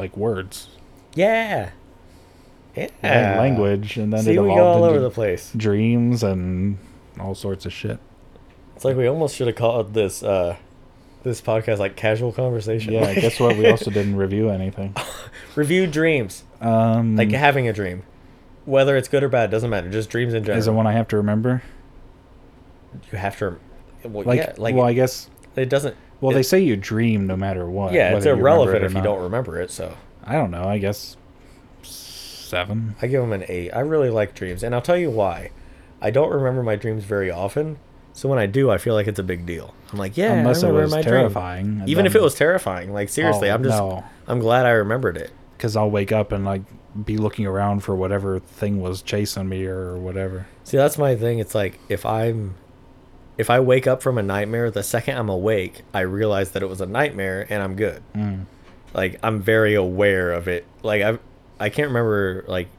Speaker 1: like words,
Speaker 2: yeah, yeah,
Speaker 1: and language, and then
Speaker 2: See,
Speaker 1: it
Speaker 2: we
Speaker 1: evolved
Speaker 2: go all
Speaker 1: into
Speaker 2: over the place.
Speaker 1: dreams and all sorts of shit.
Speaker 2: It's like we almost should have called this uh, This podcast like casual conversation.
Speaker 1: Yeah, guess what? We also didn't review anything.
Speaker 2: review dreams.
Speaker 1: Um,
Speaker 2: Like having a dream. Whether it's good or bad, doesn't matter. Just dreams in general.
Speaker 1: is it one I have to remember?
Speaker 2: you have to well,
Speaker 1: Like,
Speaker 2: yeah, like
Speaker 1: well, I guess.
Speaker 2: it doesn't
Speaker 1: Well, they
Speaker 2: it-
Speaker 1: say you dream no matter what.
Speaker 2: yeah, it's
Speaker 1: whether you remember
Speaker 2: irrelevant
Speaker 1: it or
Speaker 2: if you
Speaker 1: not.
Speaker 2: don't remember it, so
Speaker 1: I don't know. I guess seven.
Speaker 2: I give them an 8. I really like dreams, and I'll tell you why. I don't remember my dreams very often, so when I do, I feel like it's a big deal. I'm like, yeah,
Speaker 1: Unless
Speaker 2: I
Speaker 1: it
Speaker 2: remember
Speaker 1: was
Speaker 2: my
Speaker 1: terrifying,
Speaker 2: dream.
Speaker 1: and
Speaker 2: Even if
Speaker 1: then-
Speaker 2: it was terrifying, like seriously,
Speaker 1: Oh,
Speaker 2: I'm just
Speaker 1: no.
Speaker 2: I'm glad I remembered it.
Speaker 1: Because I'll wake up and like be looking around for whatever thing was chasing me or whatever.
Speaker 2: See, that's my thing. It's like if I'm if I wake up from a nightmare, the second I'm awake, I realize that it was a nightmare and I'm good.
Speaker 1: Mm.
Speaker 2: Like I'm very aware of it. Like I I can't remember like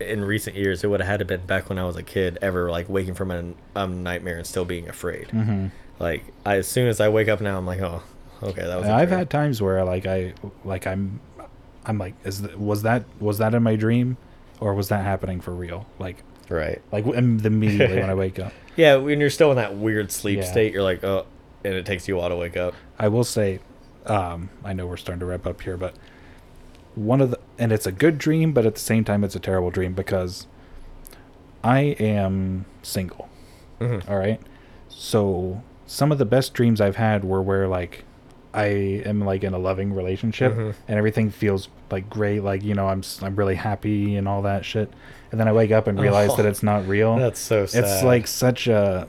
Speaker 2: in recent years it would have had to been back when I was a kid ever like waking from a, a nightmare and still being afraid.
Speaker 1: Mm-hmm.
Speaker 2: Like I, as soon as I wake up now, I'm like, oh, okay, that was. a
Speaker 1: And I've
Speaker 2: dream.
Speaker 1: had times where like I like I'm I'm like is th- was that was that in my dream or was that happening for real? Like
Speaker 2: right.
Speaker 1: like im- immediately when I wake up.
Speaker 2: Yeah, when you're still in that weird sleep
Speaker 1: Yeah.
Speaker 2: state, you're like, oh, and it takes you a while to wake up.
Speaker 1: I will say um I know we're starting to wrap up here but one of the and it's a good dream but at the same time it's a terrible dream because I am single.
Speaker 2: Mhm.
Speaker 1: All right. So some of the best dreams I've had were where like I am like in a loving relationship
Speaker 2: Mhm.
Speaker 1: and everything feels like great, like you know I'm s- I'm really happy and all that shit, and then I wake up and realize that
Speaker 2: Oh,
Speaker 1: it's not real.
Speaker 2: That's so sad.
Speaker 1: Uh, It's like such a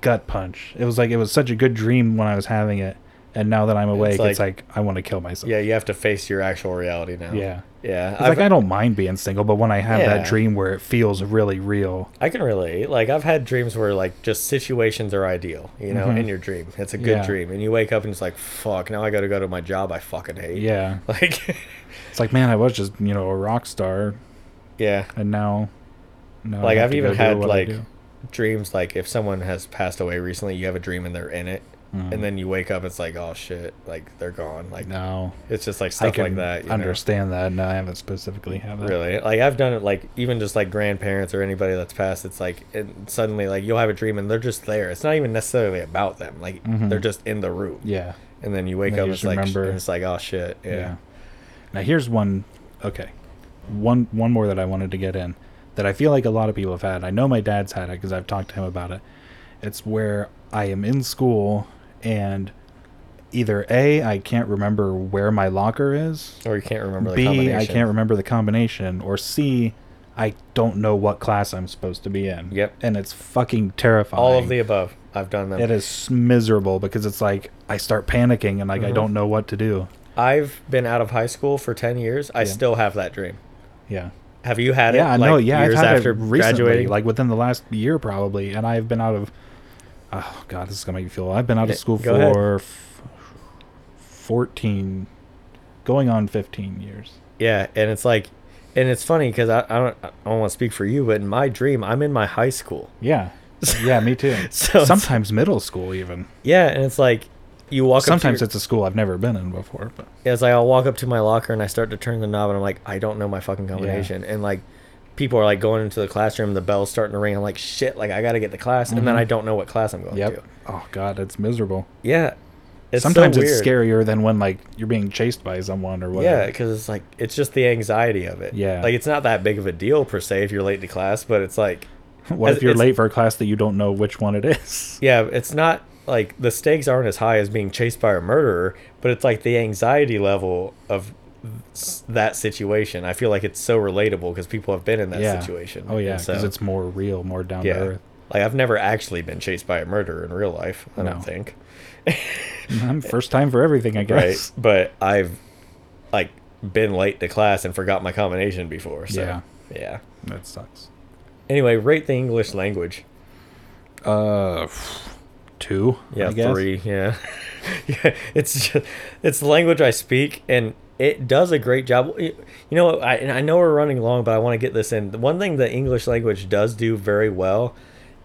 Speaker 1: gut punch. It was like it was such a good dream when I was having it, and now that I'm awake, it's like,
Speaker 2: like-
Speaker 1: I want to kill myself.
Speaker 2: Yeah, you have to face your actual reality now.
Speaker 1: Yeah.
Speaker 2: Yeah.
Speaker 1: It's
Speaker 2: I've,
Speaker 1: like I don't mind being single, but when I have
Speaker 2: Yeah.
Speaker 1: that dream where it feels really real,
Speaker 2: I can relate. Like I've had dreams where like just situations are ideal, you know,
Speaker 1: Mhm.
Speaker 2: in your dream. It's a good
Speaker 1: Yeah.
Speaker 2: dream. And you wake up and it's like, fuck, now I gotta go to my job I fucking hate.
Speaker 1: yeah,
Speaker 2: Like
Speaker 1: it's like man, I was just you know a rock star,
Speaker 2: Yeah.
Speaker 1: and now, now I
Speaker 2: Like
Speaker 1: have
Speaker 2: I've
Speaker 1: to go
Speaker 2: even
Speaker 1: do
Speaker 2: had
Speaker 1: what I
Speaker 2: like
Speaker 1: do.
Speaker 2: dreams like if someone has passed away recently, you have a dream and they're in it.
Speaker 1: Hmm.
Speaker 2: And then you wake up, it's like, oh shit, like they're gone. Like
Speaker 1: Mm. no,
Speaker 2: it's just
Speaker 1: I
Speaker 2: like stuff
Speaker 1: can
Speaker 2: like that. You know?
Speaker 1: understand that, and I haven't specifically had that.
Speaker 2: Really, like I've done it, like even just like grandparents or anybody that's passed, it's like it, suddenly like you'll have a dream and they're just there. It's not even necessarily about them, like
Speaker 1: Mhm.
Speaker 2: they're just in the room.
Speaker 1: Yeah,
Speaker 2: And then you wake
Speaker 1: then
Speaker 2: up,
Speaker 1: you
Speaker 2: it's
Speaker 1: just
Speaker 2: like
Speaker 1: remember-
Speaker 2: and it's like oh shit, yeah.
Speaker 1: Yeah. Now here's one. Okay, one one more that I wanted to get in that I feel like a lot of people have had. I know my dad's had it because I've talked to him about it. It's where I am in school and either a I can't remember where my locker is,
Speaker 2: Or you can't remember the
Speaker 1: b
Speaker 2: combination.
Speaker 1: I can't remember the combination, or c I don't know what class I'm supposed to be in.
Speaker 2: Yep.
Speaker 1: And it's fucking terrifying.
Speaker 2: All of the above, I've done them.
Speaker 1: It is miserable because it's like I start panicking and like I
Speaker 2: Mhm.
Speaker 1: don't know what to do.
Speaker 2: I've been out of high school for ten years. I
Speaker 1: Yeah.
Speaker 2: still have that dream.
Speaker 1: Yeah.
Speaker 2: Have you had
Speaker 1: yeah,
Speaker 2: it?
Speaker 1: I
Speaker 2: like,
Speaker 1: know. Yeah,
Speaker 2: years
Speaker 1: I've had
Speaker 2: after
Speaker 1: it recently,
Speaker 2: graduating.
Speaker 1: like within the last year probably, and I've been out of. Oh God, this is gonna make me feel. I've been out
Speaker 2: Yeah,
Speaker 1: of school
Speaker 2: Eh, go ahead.
Speaker 1: for f- fourteen, going on fifteen years.
Speaker 2: Yeah, and it's like, and it's funny because I, I don't I don't want to speak for you, but in my dream, I'm in my high school.
Speaker 1: Yeah, yeah, me too.
Speaker 2: So it's-
Speaker 1: sometimes middle school even.
Speaker 2: Yeah, and it's like you walk.
Speaker 1: Sometimes
Speaker 2: up
Speaker 1: it's
Speaker 2: to
Speaker 1: a school I've never been in before, but
Speaker 2: your, it's like I'll walk up to my locker and I start to turn the knob and I'm like, I don't know my fucking combination, and like people are like going into the classroom, the bell's starting to ring. I'm like, shit, like I gotta get the class, and then
Speaker 1: Mhm.
Speaker 2: I don't know what class I'm going to.
Speaker 1: yep. Oh God, it's miserable.
Speaker 2: Yeah, it's so
Speaker 1: Sometimes it's
Speaker 2: weird.
Speaker 1: scarier than when like you're being chased by someone or whatever.
Speaker 2: Yeah, because it's like it's just the anxiety of it.
Speaker 1: Yeah.
Speaker 2: like it's not that big of a deal per se if you're late to class, but it's like,
Speaker 1: what
Speaker 2: as-
Speaker 1: if you're
Speaker 2: it's-
Speaker 1: late for a class that you don't know which one it is?
Speaker 2: yeah, it's not like the stakes aren't as high as being chased by a murderer, but it's like the anxiety level of s- that situation. I feel like it's so relatable because people have been in that
Speaker 1: yeah.
Speaker 2: situation.
Speaker 1: Oh yeah,
Speaker 2: And
Speaker 1: because
Speaker 2: so,
Speaker 1: it's more real, more down
Speaker 2: yeah.
Speaker 1: to earth.
Speaker 2: Like I've never actually been chased by a murderer in real life. I
Speaker 1: No.
Speaker 2: don't think.
Speaker 1: I'm first time for everything, I guess.
Speaker 2: Right, but I've like been late to class and forgot my combination before. So
Speaker 1: Yeah.
Speaker 2: yeah.
Speaker 1: That sucks.
Speaker 2: Anyway, rate the English language.
Speaker 1: Uh, two.
Speaker 2: Yeah,
Speaker 1: I guess.
Speaker 2: three. Yeah, yeah. It's just, it's the language I speak, and it does a great job. You you know, I and I know we're running long, but I want to get this in. The one thing the English language does do very well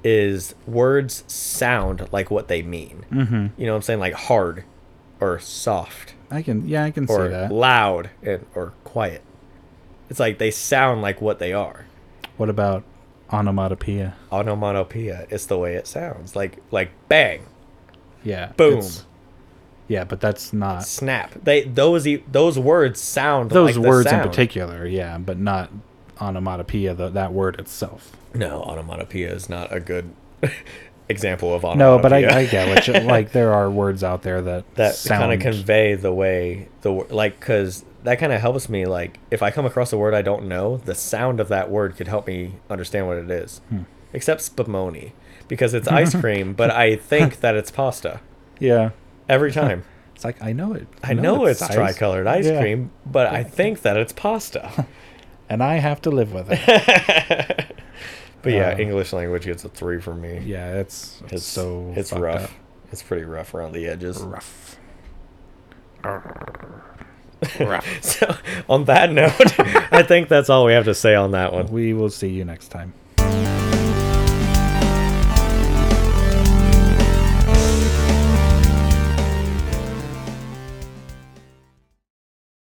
Speaker 2: is words sound like what they mean.
Speaker 1: Mm-hmm.
Speaker 2: You know what I'm saying? Like hard, or soft,
Speaker 1: I can. Yeah, I can see
Speaker 2: or
Speaker 1: that.
Speaker 2: loud, and or quiet. It's like they sound like what they are.
Speaker 1: What about onomatopoeia?
Speaker 2: Onomatopoeia. It's the way it sounds. Like like bang.
Speaker 1: Yeah.
Speaker 2: Boom.
Speaker 1: it's- Yeah, but that's not
Speaker 2: Snap. They those e- those words sound
Speaker 1: those
Speaker 2: like the
Speaker 1: words in
Speaker 2: sound.
Speaker 1: particular. Yeah, but not onomatopoeia. The, that word itself.
Speaker 2: No, onomatopoeia is not a good example of onomatopoeia.
Speaker 1: No, but I, I get what you like. There are words out there that
Speaker 2: that
Speaker 1: sound
Speaker 2: kind of convey the way the wor- like because that kind of helps me like if i come across a word i don't know the sound of that word could help me understand what it is
Speaker 1: Hmm.
Speaker 2: except spumoni because it's ice cream but i think that it's pasta
Speaker 1: yeah.
Speaker 2: every time
Speaker 1: It's like I know it.
Speaker 2: i know it's,
Speaker 1: ice,
Speaker 2: tricolored ice
Speaker 1: Yeah.
Speaker 2: cream but i think that it's pasta
Speaker 1: and I have to live with it.
Speaker 2: but yeah
Speaker 1: Uh,
Speaker 2: english language gets a three from me
Speaker 1: yeah, it's, it's
Speaker 2: it's
Speaker 1: so
Speaker 2: it's
Speaker 1: fucked
Speaker 2: rough
Speaker 1: up.
Speaker 2: it's pretty rough around the edges
Speaker 1: Rough.
Speaker 2: so on that note i think that's all we have to say on that one
Speaker 1: We will see you next time.